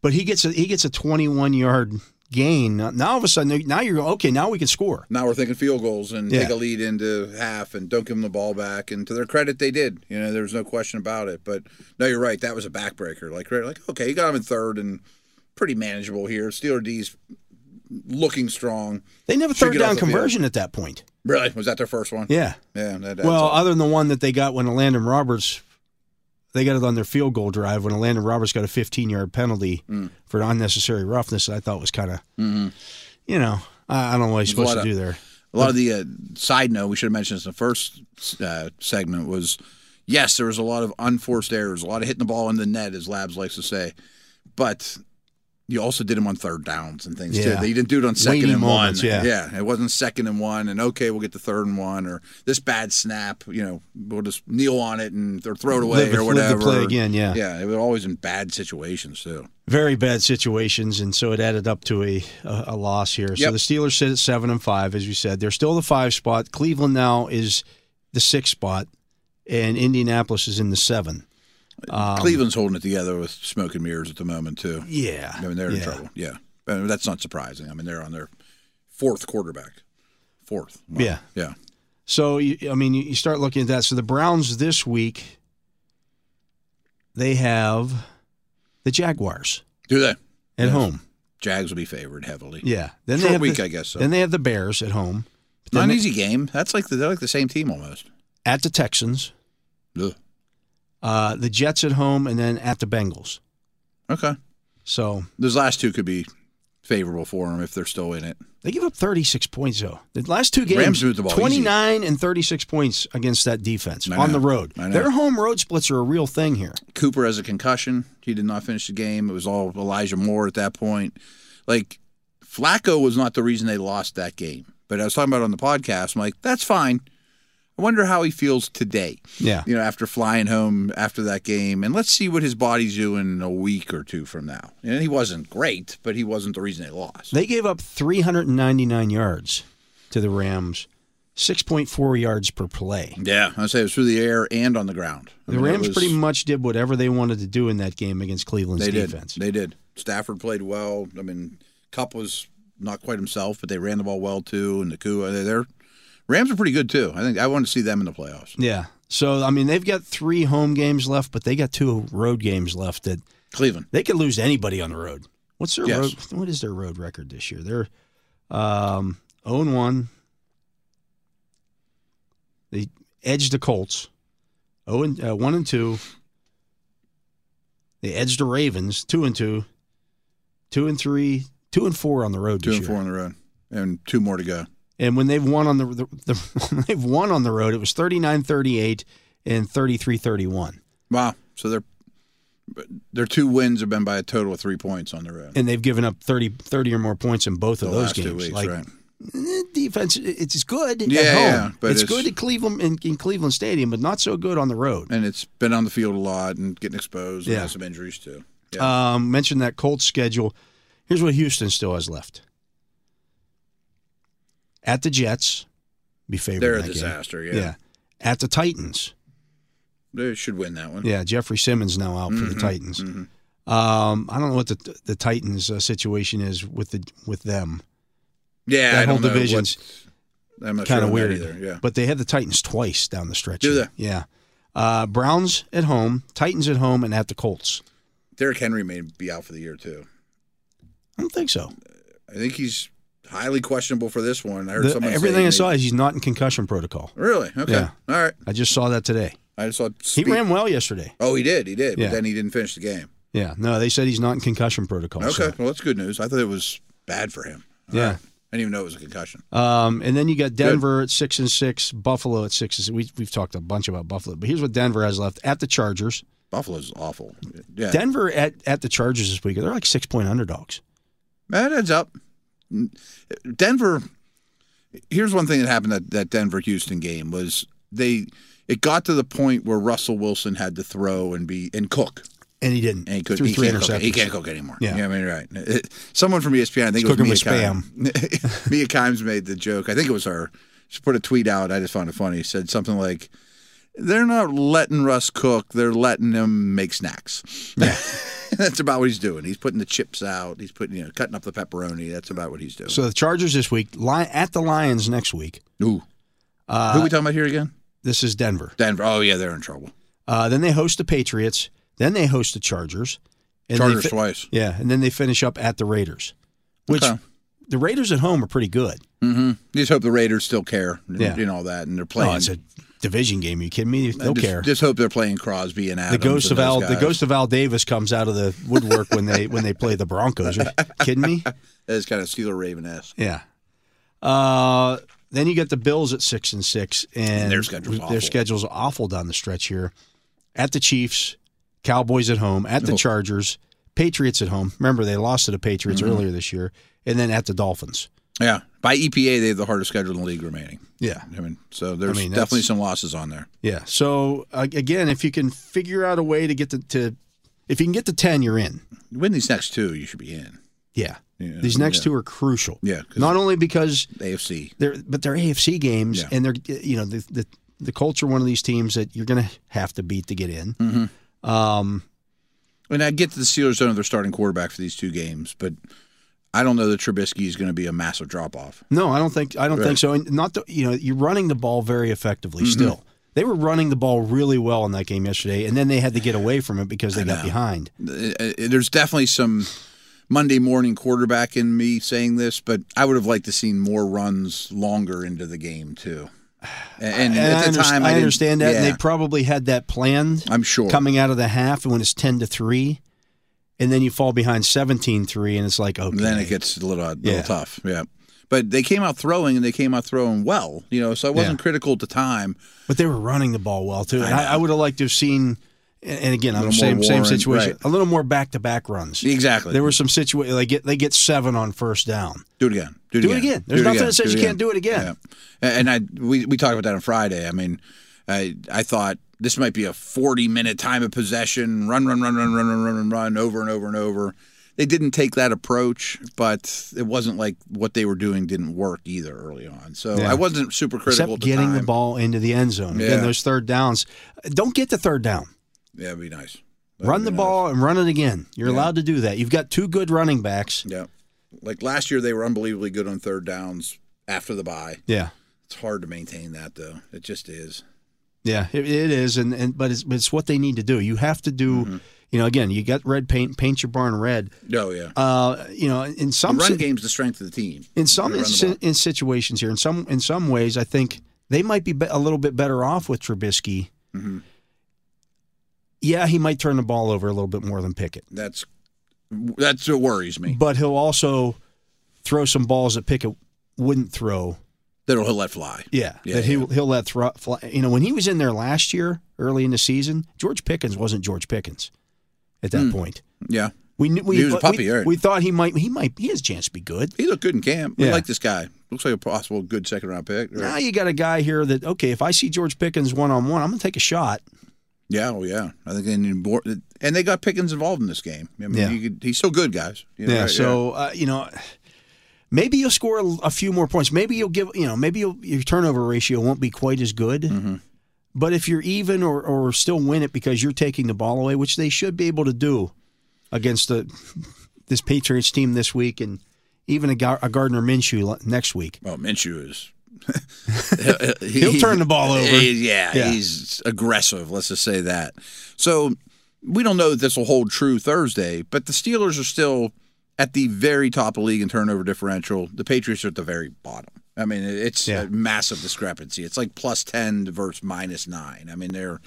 [SPEAKER 1] But he gets a he gets a 21 yard gain. Now now all of a sudden, now you're okay. Now we can score.
[SPEAKER 2] Now we're thinking field goals and
[SPEAKER 1] Yeah.
[SPEAKER 2] take a lead into half, and don't give them the ball back. And to their credit, they did. You know, there was no question about it. But no, you're right. That was a backbreaker. Like, right, like okay, you got them in third, and pretty manageable here. Steeler D's looking strong.
[SPEAKER 1] They never
[SPEAKER 2] Should
[SPEAKER 1] third
[SPEAKER 2] get off
[SPEAKER 1] down
[SPEAKER 2] the field.
[SPEAKER 1] conversion at that point.
[SPEAKER 2] Really, was that their first one?
[SPEAKER 1] Yeah.
[SPEAKER 2] Yeah. that- that's
[SPEAKER 1] well,
[SPEAKER 2] a-
[SPEAKER 1] other than the one that they got when Landon Roberts, they got it on their field goal drive when Landon Roberts got a 15 yard penalty
[SPEAKER 2] Mm.
[SPEAKER 1] for unnecessary roughness. That I thought was kind of, you know, I, I don't know what he's
[SPEAKER 2] There's Mm-hmm. a
[SPEAKER 1] supposed to
[SPEAKER 2] lot
[SPEAKER 1] do there.
[SPEAKER 2] A lot of the uh, side note we should have mentioned this in the first uh, segment was yes, there was a lot of unforced errors, a lot of hitting the ball in the net, as Labs likes to say, but you also did them on third downs and things
[SPEAKER 1] Yeah.
[SPEAKER 2] too. You didn't do it on second
[SPEAKER 1] Weighty
[SPEAKER 2] and
[SPEAKER 1] moments,
[SPEAKER 2] one.
[SPEAKER 1] yeah.
[SPEAKER 2] yeah, it wasn't second and one, and okay, we'll get the third and one, or this bad snap, you know, we'll just kneel on it and or throw it away
[SPEAKER 1] Live the- live
[SPEAKER 2] or
[SPEAKER 1] the
[SPEAKER 2] whatever.
[SPEAKER 1] play again, yeah.
[SPEAKER 2] yeah, they were always in bad situations too.
[SPEAKER 1] Very bad situations, and so it added up to a a, a loss here. So
[SPEAKER 2] Yep.
[SPEAKER 1] the Steelers sit at seven and five, as you said. They're still the five spot. Cleveland now is the sixth spot, and Indianapolis is in the seven. Um,
[SPEAKER 2] Cleveland's holding it together with smoke and mirrors at the moment too.
[SPEAKER 1] Yeah,
[SPEAKER 2] I mean, they're in
[SPEAKER 1] Yeah.
[SPEAKER 2] trouble. Yeah. I mean, that's not surprising. I mean, they're on their fourth quarterback. Fourth. Wow.
[SPEAKER 1] Yeah.
[SPEAKER 2] Yeah.
[SPEAKER 1] So you, I mean, you you start looking at that. So the Browns this week, they have the Jaguars
[SPEAKER 2] Do they?
[SPEAKER 1] at
[SPEAKER 2] Yes.
[SPEAKER 1] home.
[SPEAKER 2] Jags will be favored heavily.
[SPEAKER 1] Yeah. Then
[SPEAKER 2] Short
[SPEAKER 1] they have
[SPEAKER 2] week,
[SPEAKER 1] the,
[SPEAKER 2] I guess. So.
[SPEAKER 1] Then they have the Bears at home. Then
[SPEAKER 2] not an
[SPEAKER 1] they-
[SPEAKER 2] easy game. That's like the, they're like the same team almost.
[SPEAKER 1] at the Texans,
[SPEAKER 2] Ugh.
[SPEAKER 1] uh, the Jets at home, and then at the Bengals.
[SPEAKER 2] Okay.
[SPEAKER 1] So
[SPEAKER 2] Those last two could be favorable for them if they're still in it.
[SPEAKER 1] they give up 36 points though. The last two games,
[SPEAKER 2] Rams moved the ball
[SPEAKER 1] 29 and 36 points against that defense
[SPEAKER 2] I
[SPEAKER 1] on
[SPEAKER 2] know.
[SPEAKER 1] the road.
[SPEAKER 2] I know.
[SPEAKER 1] Their home road splits are a real thing here.
[SPEAKER 2] Cooper has a concussion. He did not finish the game. It was all Elijah Moore at that point. Like Flacco was not the reason they lost that game. But I was talking about it on the podcast. I'm like, that's fine. I wonder how he feels today.
[SPEAKER 1] Yeah.
[SPEAKER 2] you know, after flying home after that game, and let's see what his body's doing a week or two from now. And he wasn't great, but he wasn't the reason they lost.
[SPEAKER 1] They gave up 399 yards to the Rams, 6.4 yards per play.
[SPEAKER 2] Yeah, I'd say it was through the air and on the ground.
[SPEAKER 1] The
[SPEAKER 2] I mean, it
[SPEAKER 1] Rams
[SPEAKER 2] was-
[SPEAKER 1] pretty much did whatever they wanted to do in that game against Cleveland's
[SPEAKER 2] they did.
[SPEAKER 1] defense.
[SPEAKER 2] They did. Stafford played well. I mean, Cup was not quite himself, but they ran the ball well too. And the coup, they they're Rams are pretty good too. I think I want to see them in the playoffs.
[SPEAKER 1] Yeah. So, I mean, they've got three home games left, but they got two road games left that
[SPEAKER 2] Cleveland.
[SPEAKER 1] they could lose to anybody on the road. What's their
[SPEAKER 2] Yes.
[SPEAKER 1] road? What is their road record this year? They're um, 0 1. They edged the Colts, 0 and, uh, 1 and 2. They edged the Ravens, 2 and 2. 2 and 3. 2 and 4 on the road
[SPEAKER 2] Two
[SPEAKER 1] this
[SPEAKER 2] and
[SPEAKER 1] year.
[SPEAKER 2] four on the road, and two more to go.
[SPEAKER 1] And when they've won on the, the, the when they've won on the road, it was 39-38 and 33-31.
[SPEAKER 2] Wow. So their their two wins have been by a total of three points on the road.
[SPEAKER 1] And they've given up 30, 30 or more points in both
[SPEAKER 2] the
[SPEAKER 1] of those
[SPEAKER 2] last
[SPEAKER 1] games.
[SPEAKER 2] two weeks,
[SPEAKER 1] like
[SPEAKER 2] right?
[SPEAKER 1] eh, defense, it's good
[SPEAKER 2] Yeah,
[SPEAKER 1] at home.
[SPEAKER 2] yeah, but
[SPEAKER 1] it's,
[SPEAKER 2] it's-
[SPEAKER 1] good at Cleveland in, in Cleveland Stadium, but not so good on the road.
[SPEAKER 2] And it's been on the field a lot and getting exposed and
[SPEAKER 1] Yeah.
[SPEAKER 2] had some injuries too. Yeah.
[SPEAKER 1] Um, mentioned that Colts schedule. Here's what Houston still has left: at the Jets, be favored.
[SPEAKER 2] They're
[SPEAKER 1] in
[SPEAKER 2] a
[SPEAKER 1] that game.
[SPEAKER 2] disaster.
[SPEAKER 1] Yeah.
[SPEAKER 2] Yeah.
[SPEAKER 1] At the Titans.
[SPEAKER 2] They should win that one.
[SPEAKER 1] Yeah, Jeffrey Simmons now out for the
[SPEAKER 2] Mhm,
[SPEAKER 1] Titans.
[SPEAKER 2] mhm.
[SPEAKER 1] Um, I don't know what the the Titans uh, situation is with the with them.
[SPEAKER 2] Yeah.
[SPEAKER 1] That
[SPEAKER 2] I don't
[SPEAKER 1] whole
[SPEAKER 2] know what-
[SPEAKER 1] division's
[SPEAKER 2] I'm not sure
[SPEAKER 1] Kind of
[SPEAKER 2] on that
[SPEAKER 1] weird.
[SPEAKER 2] either. Yeah.
[SPEAKER 1] But they had the Titans twice down the stretch.
[SPEAKER 2] Do
[SPEAKER 1] here. Yeah. Uh, Browns at home, Titans at home, and at the Colts.
[SPEAKER 2] Derrick Henry may be out for the year too.
[SPEAKER 1] I don't think so.
[SPEAKER 2] I think he's highly questionable for this one. I heard
[SPEAKER 1] The-
[SPEAKER 2] someone say
[SPEAKER 1] everything I
[SPEAKER 2] they-
[SPEAKER 1] saw is he's not in concussion protocol.
[SPEAKER 2] Really? Okay.
[SPEAKER 1] Yeah.
[SPEAKER 2] All right.
[SPEAKER 1] I just saw that today.
[SPEAKER 2] I just saw.
[SPEAKER 1] He
[SPEAKER 2] Speak-
[SPEAKER 1] ran well yesterday.
[SPEAKER 2] Oh, he did. He did.
[SPEAKER 1] Yeah.
[SPEAKER 2] But then he didn't finish the game.
[SPEAKER 1] Yeah. No, they said he's not in concussion protocol.
[SPEAKER 2] Okay.
[SPEAKER 1] so-
[SPEAKER 2] Well, that's good news. I thought it was bad for him. All
[SPEAKER 1] Yeah.
[SPEAKER 2] right. I didn't even know it was a concussion.
[SPEAKER 1] Um, and then you got Denver at six and six, Buffalo at six and six. We, we've talked a bunch about Buffalo, but here's what Denver has left at the Chargers.
[SPEAKER 2] Buffalo's awful. Yeah.
[SPEAKER 1] Denver at, at the Chargers this week, they're like six point underdogs.
[SPEAKER 2] That adds up. Denver. Here's one thing that happened at that Denver Houston game was they it got to the point where Russell Wilson had to throw and be and cook
[SPEAKER 1] And he didn't.
[SPEAKER 2] and he could
[SPEAKER 1] Threw
[SPEAKER 2] he
[SPEAKER 1] three
[SPEAKER 2] can't cook,
[SPEAKER 1] interceptions.
[SPEAKER 2] he can't cook anymore.
[SPEAKER 1] Yeah.
[SPEAKER 2] You know what I mean right. It- someone from E ESPN I think
[SPEAKER 1] He's
[SPEAKER 2] it was
[SPEAKER 1] cooking
[SPEAKER 2] Mia
[SPEAKER 1] with
[SPEAKER 2] Kimes. Mia Kimes made the joke. I think it was her. She put a tweet out. I just found it funny. She said something like. They're not letting Russ cook. They're letting him make snacks.
[SPEAKER 1] Yeah.
[SPEAKER 2] That's about what he's doing. He's putting the chips out. He's putting, you know, cutting up the pepperoni. That's about what he's doing.
[SPEAKER 1] So the Chargers this week, Li- at the Lions next week. uh,
[SPEAKER 2] Ooh. Who are we talking about here again?
[SPEAKER 1] This is Denver.
[SPEAKER 2] Denver. Oh yeah, they're in trouble.
[SPEAKER 1] Uh, then they host the Patriots. Then they host the Chargers. And they
[SPEAKER 2] Chargers
[SPEAKER 1] fi-
[SPEAKER 2] twice.
[SPEAKER 1] yeah, and then they finish up at the Raiders, which
[SPEAKER 2] Okay.
[SPEAKER 1] the Raiders at home are pretty good.
[SPEAKER 2] hmm You just hope the Raiders still care.
[SPEAKER 1] Yeah.
[SPEAKER 2] You know all that, and they're playing.
[SPEAKER 1] Oh, it's a division game. you kidding me? They'll
[SPEAKER 2] And just,
[SPEAKER 1] care.
[SPEAKER 2] Just hope they're playing Crosby and
[SPEAKER 1] the
[SPEAKER 2] Adams.
[SPEAKER 1] ghost
[SPEAKER 2] and
[SPEAKER 1] of Al,
[SPEAKER 2] those
[SPEAKER 1] the
[SPEAKER 2] guys.
[SPEAKER 1] ghost of Al Davis comes out of the woodwork when they when they play the Broncos. Are you kidding me?
[SPEAKER 2] That is kind of Steeler Raven esque.
[SPEAKER 1] Yeah. Uh, then you get the Bills at six and six, and
[SPEAKER 2] Their schedule's awful.
[SPEAKER 1] their schedule's awful down the stretch here. At the Chiefs, Cowboys at home, at the
[SPEAKER 2] Oh.
[SPEAKER 1] Chargers, Patriots at home. Remember they lost to the Patriots
[SPEAKER 2] Mm-hmm.
[SPEAKER 1] earlier this year, and then at the Dolphins.
[SPEAKER 2] Yeah. By EPA, they have the hardest schedule in the league remaining.
[SPEAKER 1] Yeah,
[SPEAKER 2] I mean, so there's
[SPEAKER 1] I mean,
[SPEAKER 2] definitely
[SPEAKER 1] that's-
[SPEAKER 2] some losses on there.
[SPEAKER 1] yeah. So uh, again, if you can figure out a way to get to, to if you can get to ten, you're in.
[SPEAKER 2] You win these next two, you should be in.
[SPEAKER 1] Yeah,
[SPEAKER 2] Yeah.
[SPEAKER 1] these next two are crucial.
[SPEAKER 2] Yeah, 'cause-
[SPEAKER 1] not only because
[SPEAKER 2] AFC.
[SPEAKER 1] they're but they're AFC games,
[SPEAKER 2] Yeah.
[SPEAKER 1] and they're you know the, the the Colts are one of these teams that you're going to have to beat to get in.
[SPEAKER 2] Mm-hmm.
[SPEAKER 1] Um,
[SPEAKER 2] And I get that the Steelers don't have their starting quarterback for these two games, but I don't know that Trubisky is going to be a massive drop off.
[SPEAKER 1] no, I don't think I don't think so. And not the, you know you're running the ball very effectively
[SPEAKER 2] Mm-hmm.
[SPEAKER 1] still. They were running the ball really well in that game yesterday, and then they had to get away from it because they got behind.
[SPEAKER 2] uh, there's definitely some Monday morning quarterback in me saying this, but I would have liked to seen more runs longer into the game too. And,
[SPEAKER 1] And
[SPEAKER 2] and
[SPEAKER 1] I,
[SPEAKER 2] at the
[SPEAKER 1] under-
[SPEAKER 2] time,
[SPEAKER 1] I,
[SPEAKER 2] I, didn't-
[SPEAKER 1] understand that, and
[SPEAKER 2] yeah,
[SPEAKER 1] they probably had that planned
[SPEAKER 2] I'm sure.
[SPEAKER 1] coming out of the half, and when it's ten to three, and then you fall behind 17-3, and it's like okay,
[SPEAKER 2] Then it gets a little, a little
[SPEAKER 1] Yeah.
[SPEAKER 2] tough. Yeah. But they came out throwing, and they came out throwing well. You know, so I wasn't critical at the time.
[SPEAKER 1] But they were running the ball well too, and
[SPEAKER 2] I
[SPEAKER 1] I, I would have liked to have seen. And and again, I'm
[SPEAKER 2] little
[SPEAKER 1] same
[SPEAKER 2] more
[SPEAKER 1] same
[SPEAKER 2] Warren,
[SPEAKER 1] situation.
[SPEAKER 2] right.
[SPEAKER 1] A little more back to back runs.
[SPEAKER 2] Exactly.
[SPEAKER 1] There were some situations they get they get seven on first down.
[SPEAKER 2] do it again. Do it,
[SPEAKER 1] Do it
[SPEAKER 2] again.
[SPEAKER 1] again. There's nothing that says you can't do it again.
[SPEAKER 2] Yeah. And I we we talked about that on Friday. I mean, I I thought this might be a 40 minute time of possession, run, run, run, run, run, run, run, run, run, over and over and over. They didn't take that approach, but it wasn't like what they were doing didn't work either early on. So
[SPEAKER 1] Yeah.
[SPEAKER 2] I wasn't super critical.
[SPEAKER 1] Except
[SPEAKER 2] at the
[SPEAKER 1] getting
[SPEAKER 2] time.
[SPEAKER 1] the ball into the end zone. Again,
[SPEAKER 2] Yeah.
[SPEAKER 1] those third downs. Don't get the third down.
[SPEAKER 2] Yeah, it'd be nice. That'd
[SPEAKER 1] Run
[SPEAKER 2] be
[SPEAKER 1] the
[SPEAKER 2] nice.
[SPEAKER 1] ball and run it again. You're allowed to do that. You've got two good running backs.
[SPEAKER 2] Yeah. Like last year, they were unbelievably good on third downs after the bye.
[SPEAKER 1] Yeah,
[SPEAKER 2] It's hard to maintain that though. It just is.
[SPEAKER 1] yeah, it, it is. And, and but it's but it's what they need to do. You have to do.
[SPEAKER 2] Mm-hmm.
[SPEAKER 1] You know, again, you got red paint. Paint your barn red.
[SPEAKER 2] Oh yeah.
[SPEAKER 1] Uh, you know, in some
[SPEAKER 2] The run
[SPEAKER 1] si-
[SPEAKER 2] game's the strength of the team.
[SPEAKER 1] in some
[SPEAKER 2] They run the
[SPEAKER 1] in,
[SPEAKER 2] ball.
[SPEAKER 1] in situations here, in some in some ways, I think they might be, be a little bit better off with Trubisky.
[SPEAKER 2] Mm-hmm.
[SPEAKER 1] Yeah, he might turn the ball over a little bit more than Pickett,
[SPEAKER 2] That's that's what worries me.
[SPEAKER 1] but he'll also throw some balls that Pickett wouldn't throw
[SPEAKER 2] that he'll let fly.
[SPEAKER 1] Yeah,
[SPEAKER 2] Yeah,
[SPEAKER 1] that he
[SPEAKER 2] yeah.
[SPEAKER 1] he'll let thro- fly. You know, when he was in there last year, early in the season, George Pickens wasn't George Pickens at that point.
[SPEAKER 2] Yeah.
[SPEAKER 1] We knew we,
[SPEAKER 2] Hmm. He was a puppy,
[SPEAKER 1] we,
[SPEAKER 2] right.
[SPEAKER 1] we thought he might he might he has a chance to be good.
[SPEAKER 2] He looked good in camp. We
[SPEAKER 1] Yeah.
[SPEAKER 2] like this guy. Looks like a possible good second round pick. or-
[SPEAKER 1] Now you got a guy here that okay, if I see George Pickens one on one, I'm gonna take a shot.
[SPEAKER 2] Yeah, oh yeah. I think they need more, and they got Pickens involved in this game. I mean,
[SPEAKER 1] Yeah.
[SPEAKER 2] you could, he's so good, guys. You know,
[SPEAKER 1] Yeah.
[SPEAKER 2] right,
[SPEAKER 1] so Uh, you know, maybe you'll score a, a few more points. Maybe you'll give. You know, maybe you'll, your turnover ratio won't be quite as good.
[SPEAKER 2] Mm-hmm.
[SPEAKER 1] But if you're even or, or still win it because you're taking the ball away, which they should be able to do against the this Patriots team this week and even a, Gar- a Gardner Minshew le- next week.
[SPEAKER 2] well, Minshew is. he,
[SPEAKER 1] He'll turn the ball over.
[SPEAKER 2] he- yeah,
[SPEAKER 1] Yeah.
[SPEAKER 2] he's aggressive. Let's just say that. So we don't know that this will hold true Thursday, but the Steelers are still at the very top of the league in turnover differential. The Patriots are at the very bottom. I mean, it's
[SPEAKER 1] Yeah.
[SPEAKER 2] a massive discrepancy. It's like plus ten versus minus nine. I mean, they're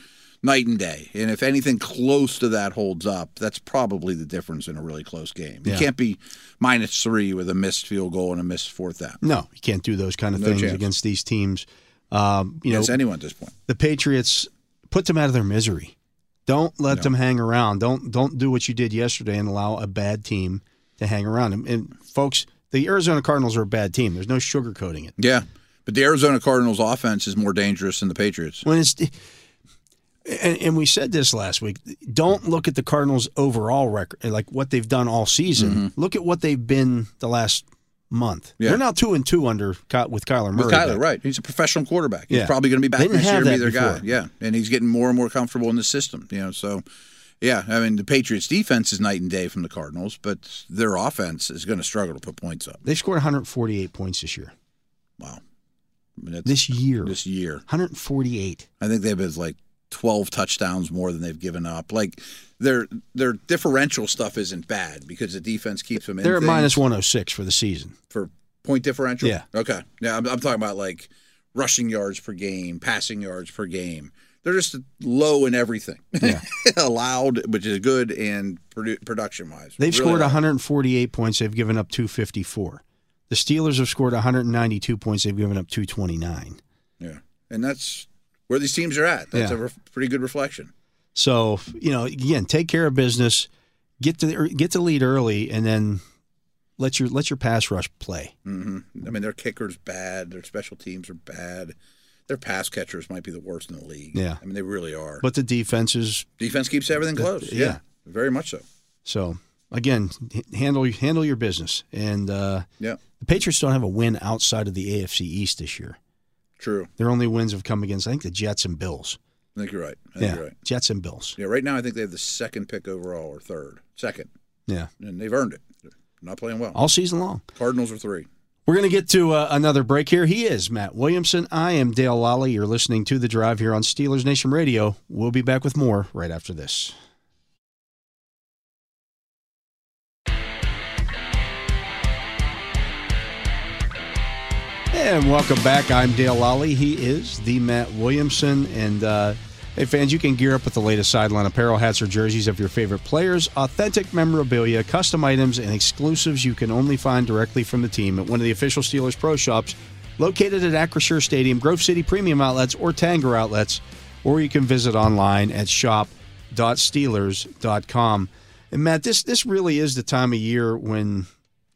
[SPEAKER 2] night and day. And if anything close to that holds up, that's probably the difference in a really close game.
[SPEAKER 1] Yeah.
[SPEAKER 2] You can't be minus three with a missed field goal and a missed fourth down.
[SPEAKER 1] No, you can't do those kind of
[SPEAKER 2] No
[SPEAKER 1] things
[SPEAKER 2] chance.
[SPEAKER 1] against these teams. Um, you know,
[SPEAKER 2] Against anyone at this point.
[SPEAKER 1] the Patriots put them out of their misery. Don't let them hang around. Don't don't do what you did yesterday and allow a bad team to hang around. And, and folks, the Arizona Cardinals are a bad team. There's no sugarcoating it.
[SPEAKER 2] Yeah. But the Arizona Cardinals offense is more dangerous than the Patriots.
[SPEAKER 1] When it's and, and we said this last week. Don't look at the Cardinals overall record, like what they've done all season. Look at what they've been the last month.
[SPEAKER 2] Mm-hmm. Yeah.
[SPEAKER 1] They're now two and two under Ky- with Kyler Murray.
[SPEAKER 2] With
[SPEAKER 1] back.
[SPEAKER 2] Kyler, right. He's a professional quarterback. He's
[SPEAKER 1] Yeah.
[SPEAKER 2] probably going to be
[SPEAKER 1] They
[SPEAKER 2] back
[SPEAKER 1] didn't
[SPEAKER 2] next year
[SPEAKER 1] have
[SPEAKER 2] and be
[SPEAKER 1] that
[SPEAKER 2] their guy.
[SPEAKER 1] before.
[SPEAKER 2] Yeah. And he's getting more and more comfortable in the system, you know. So, yeah, I mean, the Patriots defense is night and day from the Cardinals, but their offense is going to struggle to put points up.
[SPEAKER 1] They've scored 148 points this year.
[SPEAKER 2] Wow. I mean, that's
[SPEAKER 1] This year,
[SPEAKER 2] this year.
[SPEAKER 1] 148.
[SPEAKER 2] I think they've been like 12 touchdowns more than they've given up. Like their their differential stuff isn't bad because the defense keeps them in
[SPEAKER 1] They're at
[SPEAKER 2] things
[SPEAKER 1] minus 106 for the season.
[SPEAKER 2] for point differential.
[SPEAKER 1] Yeah.
[SPEAKER 2] Okay. Yeah, I'm, I'm talking about like rushing yards per game, passing yards per game. They're just low in everything.
[SPEAKER 1] Yeah.
[SPEAKER 2] Allowed, which is good, and produ- production wise.
[SPEAKER 1] They've scored 148 points. They've given up 254. The Steelers have scored 192 points. They've given up 229.
[SPEAKER 2] Yeah. And that's where these teams are at. That's
[SPEAKER 1] Yeah.
[SPEAKER 2] a re- pretty good reflection.
[SPEAKER 1] So you know, again, take care of business, get to the, er, get to lead early, and then let your let your pass rush play.
[SPEAKER 2] hmm I mean, their kicker's bad. Their special teams are bad. Their pass catchers might be the worst in the league.
[SPEAKER 1] Yeah.
[SPEAKER 2] I mean, they really are.
[SPEAKER 1] But the defense is
[SPEAKER 2] Defense keeps everything close.
[SPEAKER 1] yeah.
[SPEAKER 2] Yeah. Very much so.
[SPEAKER 1] so. Again, h- handle handle your business, and uh,
[SPEAKER 2] Yeah.
[SPEAKER 1] the Patriots don't have a win outside of the AFC East this year.
[SPEAKER 2] True.
[SPEAKER 1] Their only wins have come against I think the Jets and Bills.
[SPEAKER 2] I think you're right. I think
[SPEAKER 1] yeah,
[SPEAKER 2] you're right.
[SPEAKER 1] Jets and Bills.
[SPEAKER 2] Yeah. Right now, I think they have the second pick overall or third. Second.
[SPEAKER 1] Yeah,
[SPEAKER 2] And they've earned it. They're not playing well.
[SPEAKER 1] all season long.
[SPEAKER 2] Cardinals are three.
[SPEAKER 1] We're going to get to uh, another break here. He is Matt Williamson. I am Dale Lally. You're listening to The Drive here on Steelers Nation Radio. We'll be back with more right after this. And welcome back. I'm Dale Lally. He is the Matt Williamson. And uh, hey, fans, you can gear up with the latest sideline apparel, hats, or jerseys of your favorite players, authentic memorabilia, custom items, and exclusives you can only find directly from the team at one of the official Steelers Pro Shops located at Acrisure Stadium, Grove City Premium Outlets, or Tanger Outlets, or you can visit online at shop.steelers.com. And Matt, this this really is the time of year when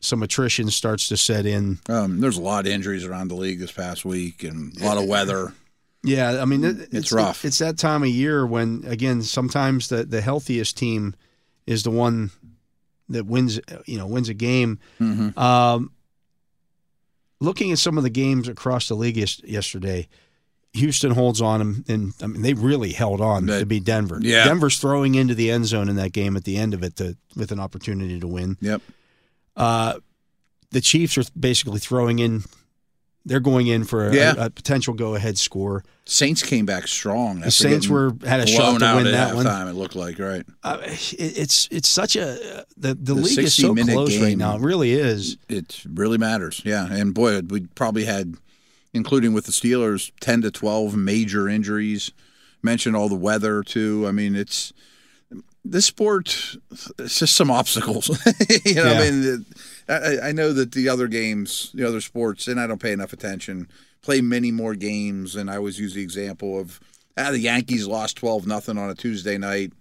[SPEAKER 1] some attrition starts to set in.
[SPEAKER 2] Um, there's a lot of injuries around the league this past week and a lot of weather.
[SPEAKER 1] Yeah, I mean, it- it's,
[SPEAKER 2] rough.
[SPEAKER 1] It's that time of year when, again, sometimes the, the healthiest team is the one that wins. You know, wins a game.
[SPEAKER 2] Mm-hmm.
[SPEAKER 1] Um, looking at some of the games across the league yes- yesterday, Houston holds on, and, and I mean, they really held on
[SPEAKER 2] They-
[SPEAKER 1] to beat Denver.
[SPEAKER 2] Yeah.
[SPEAKER 1] Denver's throwing into the end zone in that game at the end of it to, with an opportunity to win.
[SPEAKER 2] Yep.
[SPEAKER 1] Uh, the Chiefs are basically throwing in. They're going in for a,
[SPEAKER 2] Yeah.
[SPEAKER 1] a potential go-ahead score.
[SPEAKER 2] Saints came back strong.
[SPEAKER 1] The
[SPEAKER 2] after
[SPEAKER 1] Saints
[SPEAKER 2] getting
[SPEAKER 1] were had a
[SPEAKER 2] blown
[SPEAKER 1] shot to
[SPEAKER 2] out
[SPEAKER 1] win
[SPEAKER 2] at
[SPEAKER 1] that one.
[SPEAKER 2] halftime, It looked like right.
[SPEAKER 1] Uh, it, it's it's such a the the,
[SPEAKER 2] The
[SPEAKER 1] league is so
[SPEAKER 2] 60-minute
[SPEAKER 1] close right
[SPEAKER 2] game.
[SPEAKER 1] now. It really is.
[SPEAKER 2] it really matters. Yeah, and boy, we probably had, including with the Steelers, ten to twelve major injuries. Mentioned all the weather too. I mean, it's this sport. It's just some obstacles. you know,
[SPEAKER 1] Yeah.
[SPEAKER 2] I mean, the- I, I know that the other games, the other sports, and I don't pay enough attention. play many more games. And I always use the example of ah, the Yankees lost 12 nothing on a Tuesday night.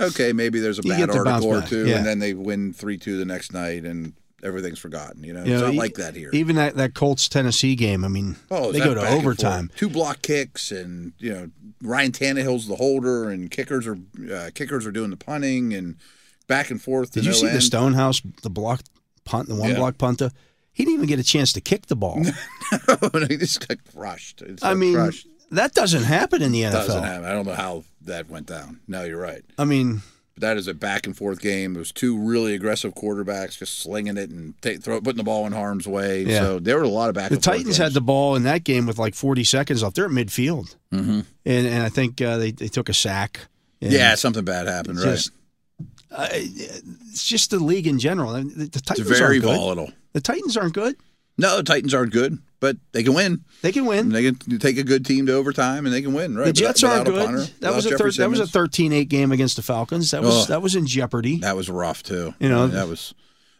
[SPEAKER 2] Okay, maybe there's a
[SPEAKER 1] You
[SPEAKER 2] bad
[SPEAKER 1] get to bounce
[SPEAKER 2] article or
[SPEAKER 1] back,
[SPEAKER 2] two,
[SPEAKER 1] yeah.
[SPEAKER 2] and then they win 3 2 the next night, and everything's forgotten. You know,
[SPEAKER 1] You
[SPEAKER 2] it's
[SPEAKER 1] know,
[SPEAKER 2] not
[SPEAKER 1] e-
[SPEAKER 2] like that here.
[SPEAKER 1] Even that, that Colts Tennessee game, I mean,
[SPEAKER 2] Oh, is
[SPEAKER 1] they
[SPEAKER 2] that
[SPEAKER 1] go to
[SPEAKER 2] back and
[SPEAKER 1] overtime.
[SPEAKER 2] forth? Two block kicks, and you know Ryan Tannehill's the holder, and kickers are uh, kickers are doing the punting, and back and forth. to
[SPEAKER 1] Did you
[SPEAKER 2] no
[SPEAKER 1] see the
[SPEAKER 2] end.
[SPEAKER 1] Stonehouse, the block punt, the one
[SPEAKER 2] Yeah.
[SPEAKER 1] block punter? He didn't even get a chance to kick the ball.
[SPEAKER 2] They Oh, just got crushed. It's
[SPEAKER 1] I
[SPEAKER 2] got
[SPEAKER 1] mean,
[SPEAKER 2] crushed.
[SPEAKER 1] that doesn't happen in the NFL.
[SPEAKER 2] doesn't happen. I don't know how that went down. No, you're right.
[SPEAKER 1] I mean,
[SPEAKER 2] But that is a back and forth game. It was two really aggressive quarterbacks just slinging it and take, throw, putting the ball in harm's way.
[SPEAKER 1] Yeah.
[SPEAKER 2] So there were a lot of back.
[SPEAKER 1] the
[SPEAKER 2] and forth
[SPEAKER 1] Titans had
[SPEAKER 2] games.
[SPEAKER 1] the ball in that game with like 40 seconds left. They're at midfield.
[SPEAKER 2] Mhm.
[SPEAKER 1] And, and I think uh, they, they took a sack. And
[SPEAKER 2] yeah, something bad happened. Right,
[SPEAKER 1] Just, uh, it's just the league in general. I mean, The, the
[SPEAKER 2] it's
[SPEAKER 1] Titans
[SPEAKER 2] very
[SPEAKER 1] aren't good.
[SPEAKER 2] volatile.
[SPEAKER 1] The Titans aren't good.
[SPEAKER 2] No, the Titans aren't good, but they can win.
[SPEAKER 1] They can win.
[SPEAKER 2] And they can take a good team to overtime and they can win, right?
[SPEAKER 1] the Jets
[SPEAKER 2] Without-
[SPEAKER 1] aren't
[SPEAKER 2] without
[SPEAKER 1] good.
[SPEAKER 2] punter,
[SPEAKER 1] that was
[SPEAKER 2] without
[SPEAKER 1] a thir-
[SPEAKER 2] Jeffrey
[SPEAKER 1] that was a
[SPEAKER 2] Simmons.
[SPEAKER 1] 13-8 game against the Falcons. That was
[SPEAKER 2] Ugh.
[SPEAKER 1] that was in jeopardy.
[SPEAKER 2] That was rough too.
[SPEAKER 1] You know,
[SPEAKER 2] I mean, that was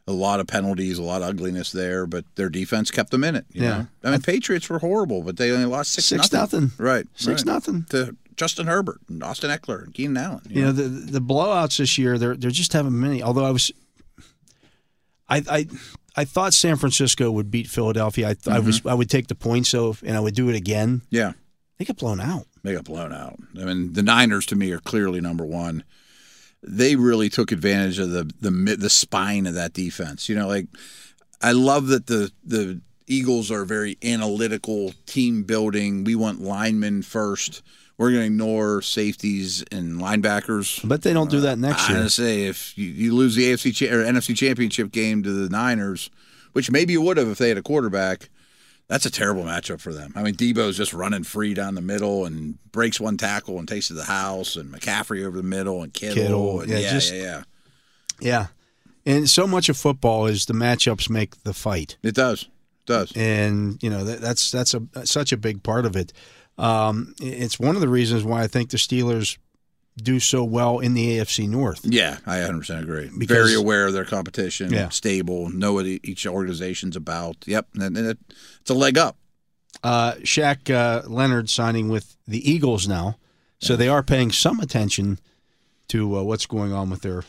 [SPEAKER 2] a lot of penalties, a lot of ugliness there, but their defense kept them in it. You
[SPEAKER 1] Yeah.
[SPEAKER 2] know? I mean, Patriots were horrible, but they only lost six,
[SPEAKER 1] Six
[SPEAKER 2] nothing.
[SPEAKER 1] nothing.
[SPEAKER 2] Right,
[SPEAKER 1] Six
[SPEAKER 2] right.
[SPEAKER 1] nothing.
[SPEAKER 2] to Justin Herbert and Austin Eckler and Keenan Allen. you
[SPEAKER 1] You know,
[SPEAKER 2] know?
[SPEAKER 1] the the blowouts this year, they're they're just having many. Although I was, I I, I thought San Francisco would beat Philadelphia. I, I
[SPEAKER 2] Mm-hmm.
[SPEAKER 1] was I would take the points so if- and I would do it again.
[SPEAKER 2] yeah,
[SPEAKER 1] They get blown out.
[SPEAKER 2] they got blown out. I mean, the Niners to me are clearly number one. They really took advantage of the the mid- the spine of that defense. You know, like I love that the the Eagles are very analytical team building. We want linemen first. We're going to ignore safeties and linebackers.
[SPEAKER 1] But they
[SPEAKER 2] Uh,
[SPEAKER 1] don't do that next
[SPEAKER 2] I'm
[SPEAKER 1] year.
[SPEAKER 2] gonna say if you, you lose the AFC cha- or NFC Championship game to the Niners, which maybe you would have if they had a quarterback, that's a terrible matchup for them. I mean, Debo's just running free down the middle and breaks one tackle and takes it to the house, and McCaffrey over the middle and Kittle,
[SPEAKER 1] Kittle,
[SPEAKER 2] and
[SPEAKER 1] yeah,
[SPEAKER 2] yeah, yeah,
[SPEAKER 1] just-
[SPEAKER 2] yeah,
[SPEAKER 1] Yeah, and so much of football is the matchups make the fight,
[SPEAKER 2] It does, it does.
[SPEAKER 1] and you know that, that's that's a such a big part of it. Um, it's one of the reasons why I think the Steelers do so well in the AFC North.
[SPEAKER 2] Yeah, I 100% agree.
[SPEAKER 1] Because-
[SPEAKER 2] Very aware of their competition,
[SPEAKER 1] Yeah.
[SPEAKER 2] stable, know what e- each organization's about. Yep, and, and it, it's a leg up.
[SPEAKER 1] uh, Shaq uh, Leonard signing with the Eagles now, so they are paying some attention to uh, what's going on with their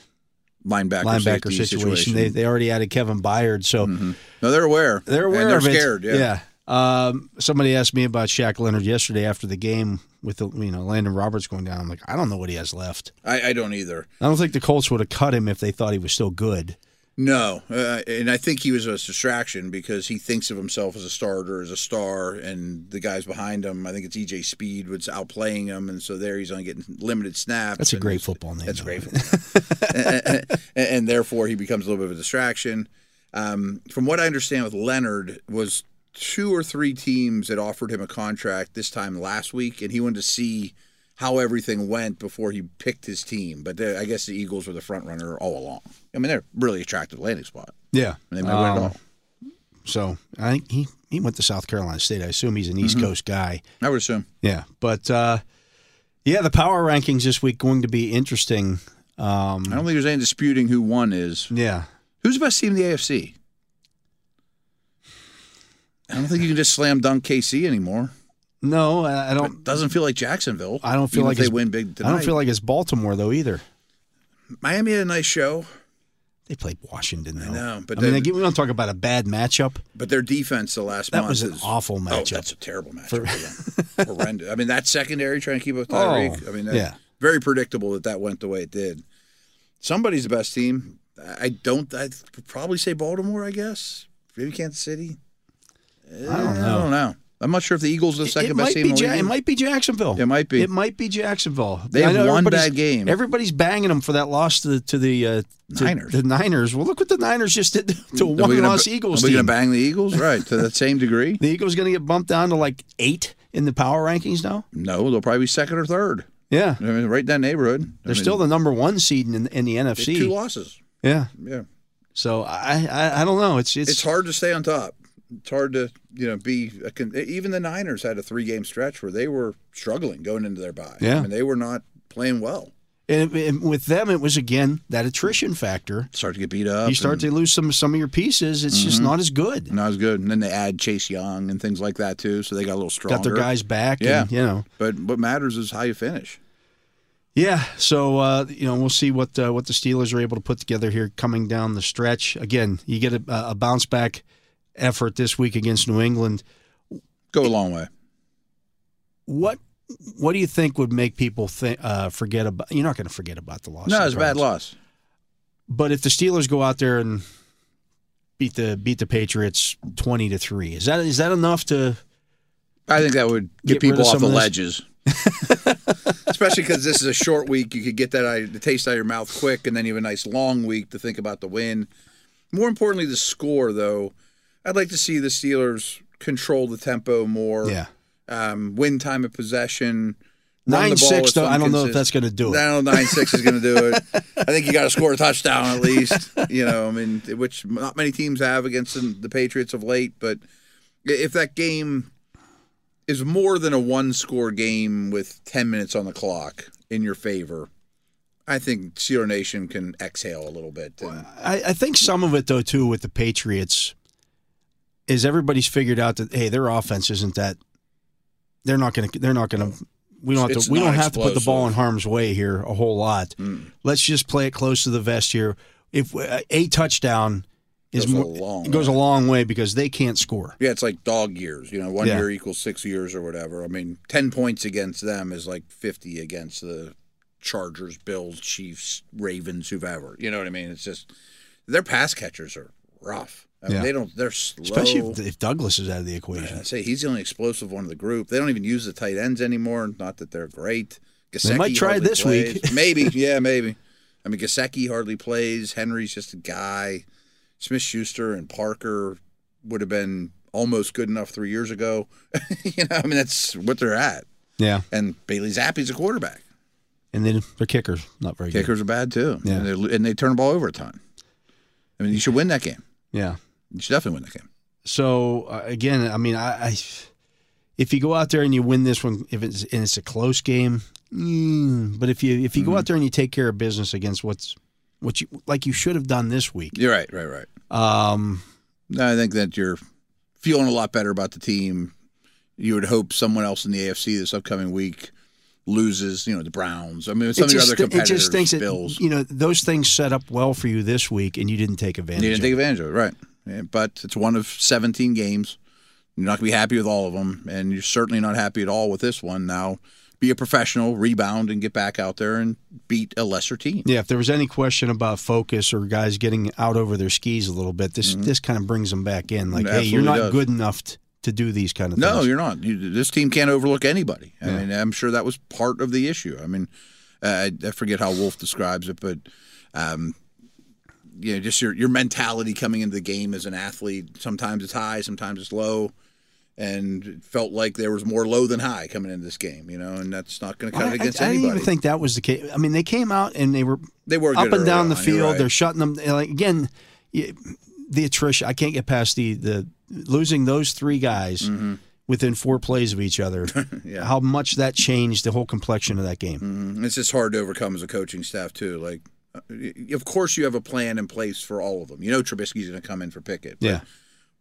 [SPEAKER 2] Linebacker,
[SPEAKER 1] linebacker
[SPEAKER 2] safety
[SPEAKER 1] situation. They, they already added Kevin Byard, so
[SPEAKER 2] Mhm. No, they're aware.
[SPEAKER 1] they're aware
[SPEAKER 2] and they're
[SPEAKER 1] of it.
[SPEAKER 2] scared. Yeah.
[SPEAKER 1] Um, somebody asked me about Shaq Leonard yesterday after the game with the, you know Landon Roberts going down. I'm like, I don't know what he has left.
[SPEAKER 2] I, I don't either.
[SPEAKER 1] I don't think the Colts would have cut him if they thought he was still good.
[SPEAKER 2] No, uh, and I think he was a distraction because he thinks of himself as a starter, as a star, and the guys behind him. I think it's EJ Speed was outplaying him, and so there he's only getting limited snaps.
[SPEAKER 1] That's a
[SPEAKER 2] and
[SPEAKER 1] great
[SPEAKER 2] it's-
[SPEAKER 1] football name.
[SPEAKER 2] That's
[SPEAKER 1] though.
[SPEAKER 2] great, and, and therefore he becomes a little bit of a distraction. Um, from what I understand, with Leonard was two or three teams that offered him a contract this time last week, and he wanted to see how everything went before he picked his team. But the- I guess the Eagles were the front runner all along. I mean, they're a really attractive landing spot.
[SPEAKER 1] Yeah.
[SPEAKER 2] They might
[SPEAKER 1] Um,
[SPEAKER 2] win it all.
[SPEAKER 1] So I think he he went to South Carolina State. I assume he's an
[SPEAKER 2] Mm-hmm.
[SPEAKER 1] East Coast guy.
[SPEAKER 2] I would assume.
[SPEAKER 1] Yeah, but uh, yeah, the power rankings this week going to be interesting.
[SPEAKER 2] I
[SPEAKER 1] Um,
[SPEAKER 2] don't think there's any disputing who won is.
[SPEAKER 1] yeah,
[SPEAKER 2] Who's the best team in the AFC? I don't think you can just slam dunk KC anymore.
[SPEAKER 1] no, I I don't.
[SPEAKER 2] It doesn't feel like Jacksonville.
[SPEAKER 1] I don't feel
[SPEAKER 2] even
[SPEAKER 1] like
[SPEAKER 2] if they
[SPEAKER 1] it's-
[SPEAKER 2] win big tonight.
[SPEAKER 1] I don't feel like it's Baltimore though either.
[SPEAKER 2] Miami had a nice show,
[SPEAKER 1] They played Washington though.
[SPEAKER 2] know, but
[SPEAKER 1] I mean,
[SPEAKER 2] they-
[SPEAKER 1] again, we don't talk about a bad matchup.
[SPEAKER 2] but their defense the last
[SPEAKER 1] That
[SPEAKER 2] month
[SPEAKER 1] was an
[SPEAKER 2] is
[SPEAKER 1] awful
[SPEAKER 2] oh,
[SPEAKER 1] matchup.
[SPEAKER 2] that's a terrible matchup. For, them. Horrendous. I mean, that secondary trying to keep up with
[SPEAKER 1] Oh,
[SPEAKER 2] Tyreek. I mean, that,
[SPEAKER 1] yeah.
[SPEAKER 2] very predictable that that went the way it did. Somebody's the best team. I- I don't. I would probably say Baltimore. I guess maybe Kansas City. Eh,
[SPEAKER 1] don't
[SPEAKER 2] I
[SPEAKER 1] know.
[SPEAKER 2] don't know. I'm not sure if the Eagles are the second
[SPEAKER 1] it
[SPEAKER 2] best
[SPEAKER 1] might
[SPEAKER 2] team.
[SPEAKER 1] be
[SPEAKER 2] in the
[SPEAKER 1] Ja-
[SPEAKER 2] league.
[SPEAKER 1] it might be Jacksonville.
[SPEAKER 2] It might be.
[SPEAKER 1] It might be Jacksonville.
[SPEAKER 2] They
[SPEAKER 1] I
[SPEAKER 2] have
[SPEAKER 1] know
[SPEAKER 2] one
[SPEAKER 1] everybody's-
[SPEAKER 2] bad game.
[SPEAKER 1] Everybody's banging them for that loss to the to the uh, to
[SPEAKER 2] Niners.
[SPEAKER 1] The Niners. Well, look what the Niners just did to
[SPEAKER 2] Are we
[SPEAKER 1] one
[SPEAKER 2] gonna
[SPEAKER 1] loss
[SPEAKER 2] ba-
[SPEAKER 1] Eagles
[SPEAKER 2] Are we
[SPEAKER 1] team.
[SPEAKER 2] going to bang the Eagles? Right to that same degree?
[SPEAKER 1] the Eagles going to get bumped down to like eight in the power rankings now.
[SPEAKER 2] No, they'll probably be second or third.
[SPEAKER 1] Yeah,
[SPEAKER 2] I mean, right in that neighborhood.
[SPEAKER 1] They're still the number one seed in, in the
[SPEAKER 2] two
[SPEAKER 1] NFC.
[SPEAKER 2] losses.
[SPEAKER 1] Yeah.
[SPEAKER 2] Yeah.
[SPEAKER 1] So I, I I don't know. It's it's,
[SPEAKER 2] it's hard to stay on top. It's hard to you know be a con- even the Niners had a three game stretch where they were struggling going into their bye.
[SPEAKER 1] Yeah.
[SPEAKER 2] I mean, they were not playing well.
[SPEAKER 1] And, and with them, it was again that attrition factor.
[SPEAKER 2] Start to get beat up. Mm-hmm.
[SPEAKER 1] You start to lose some some of your pieces. It's just not as good.
[SPEAKER 2] and that was good. And then they add Chase Young and things like that too, so they got a little stronger.
[SPEAKER 1] Got their guys back.
[SPEAKER 2] Yeah.
[SPEAKER 1] And, you know.
[SPEAKER 2] But what matters is how you finish.
[SPEAKER 1] Yeah, so uh, you know we'll see what uh, what the Steelers are able to put together here coming down the stretch. Again, you get a, a bounce back effort this week against New England.
[SPEAKER 2] Go a long way.
[SPEAKER 1] What what do you think would make people think, uh, forget about? You're not going to forget about the loss.
[SPEAKER 2] no,
[SPEAKER 1] to
[SPEAKER 2] it's a
[SPEAKER 1] the
[SPEAKER 2] bad
[SPEAKER 1] Browns.
[SPEAKER 2] loss.
[SPEAKER 1] But if the Steelers go out there and beat the beat the Patriots twenty to three, is that is that enough to?
[SPEAKER 2] I think that would
[SPEAKER 1] Get
[SPEAKER 2] get,
[SPEAKER 1] rid
[SPEAKER 2] people
[SPEAKER 1] of some
[SPEAKER 2] off the
[SPEAKER 1] of this.
[SPEAKER 2] ledges. Especially because this is a short week, you could get that out, the taste out of your mouth quick, and then you have a nice long week to think about the win. More importantly, the score though. I'd like to see the Steelers control the tempo more.
[SPEAKER 1] Yeah,
[SPEAKER 2] Um, win time of possession. run the
[SPEAKER 1] nine
[SPEAKER 2] ball
[SPEAKER 1] six
[SPEAKER 2] with
[SPEAKER 1] though.
[SPEAKER 2] some
[SPEAKER 1] I don't know if that's
[SPEAKER 2] consist-
[SPEAKER 1] going to do it.
[SPEAKER 2] I don't know nine six is going to do it. I think you got to score a touchdown at least. You know, I mean, which not many teams have against the- the Patriots of late. But i- if that game is more than a one score game with ten minutes on the clock in your favor, I think Steeler Nation can exhale a little bit. And
[SPEAKER 1] I, I think some of it though too with the Patriots is everybody's figured out that hey their offense isn't that they're not gonna they're not gonna we don't have
[SPEAKER 2] It's
[SPEAKER 1] to we don't have to put the
[SPEAKER 2] non-explosive.
[SPEAKER 1] ball in harm's way here a whole lot.
[SPEAKER 2] Mm.
[SPEAKER 1] Let's just play it close to the vest here. If uh, a touchdown is
[SPEAKER 2] Goes a
[SPEAKER 1] more
[SPEAKER 2] long
[SPEAKER 1] it goes a
[SPEAKER 2] way.
[SPEAKER 1] long way because they can't score.
[SPEAKER 2] yeah, it's like dog years. You know, one
[SPEAKER 1] Yeah.
[SPEAKER 2] year equals six years or whatever. I mean, ten points against them is like fifty against the Chargers, Bills, Chiefs, Ravens, whoever. You know what I mean? It's just their pass catchers are rough. I mean,
[SPEAKER 1] Yeah.
[SPEAKER 2] They don't. They're slow.
[SPEAKER 1] Especially if, if Douglas is out of the equation.
[SPEAKER 2] I say he's the only explosive one of the group. They don't even use the tight ends anymore. Not that they're great. Gasecki
[SPEAKER 1] might try
[SPEAKER 2] hardly
[SPEAKER 1] this week.
[SPEAKER 2] plays. maybe, yeah, maybe. I mean, Gasecki hardly plays. Henry's just a guy. Smith Schuster and Parker would have been almost good enough three years ago. you know, I mean, that's what they're at.
[SPEAKER 1] Yeah.
[SPEAKER 2] And Bailey Zappi's a quarterback.
[SPEAKER 1] And then their kicker's not very good.
[SPEAKER 2] Kickers are bad too.
[SPEAKER 1] Yeah.
[SPEAKER 2] And, they're- and they turn the ball over a ton. I mean, you should win that game.
[SPEAKER 1] Yeah.
[SPEAKER 2] You should definitely win that game.
[SPEAKER 1] So uh, again, I mean, I, I if you go out there and you win this one, if it's and it's a close game, mm, but if you if you
[SPEAKER 2] Mm-hmm.
[SPEAKER 1] go out there and you take care of business against what's what you like you should have done this week,
[SPEAKER 2] You're right, right, right.
[SPEAKER 1] um,
[SPEAKER 2] No, I think that you're feeling a lot better about the team. You would hope someone else in the AFC this upcoming week loses, you know, the Browns. I mean, some
[SPEAKER 1] it
[SPEAKER 2] of your other
[SPEAKER 1] just it
[SPEAKER 2] competitors,
[SPEAKER 1] just thinks that
[SPEAKER 2] Bills.
[SPEAKER 1] you know those things set up well for you this week, and you didn't take
[SPEAKER 2] You
[SPEAKER 1] advantage.
[SPEAKER 2] didn't
[SPEAKER 1] of
[SPEAKER 2] take
[SPEAKER 1] it.
[SPEAKER 2] advantage of it, right? Yeah, But it's one of 17 games. You're not going to be happy with all of them, and you're certainly not happy at all with this one. Now, be a professional, rebound, and get back out there and beat a lesser team.
[SPEAKER 1] Yeah, if there was any question about focus or guys getting out over their skis a little bit, this this kind of brings them back in. Like,
[SPEAKER 2] Mm-hmm. It
[SPEAKER 1] hey, you're
[SPEAKER 2] absolutely
[SPEAKER 1] not
[SPEAKER 2] does.
[SPEAKER 1] good enough t- to do these kind of
[SPEAKER 2] No,
[SPEAKER 1] things.
[SPEAKER 2] you're not. You, this team can't overlook anybody. I
[SPEAKER 1] Yeah.
[SPEAKER 2] mean, I'm sure that was part of the issue. I mean, uh, I, I forget how Wolf describes it, but um, you know, just your your mentality coming into the game as an athlete. Sometimes it's high, sometimes it's low, and it felt like there was more low than high coming into this game. You know, and that's not going to cut
[SPEAKER 1] I,
[SPEAKER 2] it against
[SPEAKER 1] I, I
[SPEAKER 2] anybody.
[SPEAKER 1] didn't even think that was the case. I mean, they came out and they were
[SPEAKER 2] they were
[SPEAKER 1] up
[SPEAKER 2] good
[SPEAKER 1] and down
[SPEAKER 2] early
[SPEAKER 1] the
[SPEAKER 2] on, you're
[SPEAKER 1] field.
[SPEAKER 2] right.
[SPEAKER 1] They're shutting them. and, Like again, y- the attrition. I can't get past the the losing those three guys within four plays of each other.
[SPEAKER 2] Mm-hmm. Yeah.
[SPEAKER 1] How much that changed the whole complexion of that game.
[SPEAKER 2] Mhm. It's just hard to overcome as a coaching staff too. Like, uh, y- of course you have a plan in place for all of them. You know Trubisky's going to come in for Pickett. but
[SPEAKER 1] Yeah.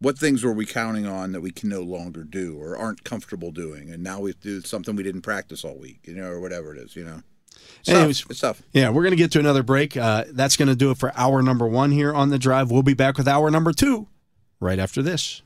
[SPEAKER 2] What things were we counting on that we can no longer do or aren't comfortable doing, and now we do something we didn't practice all week, you know, or whatever it is, you know. It's tough.
[SPEAKER 1] Anyways.
[SPEAKER 2] It's tough.
[SPEAKER 1] Yeah, we're going to get to another break. Uh, that's going to do it for hour number one here on the drive. We'll be back with hour number two right after this.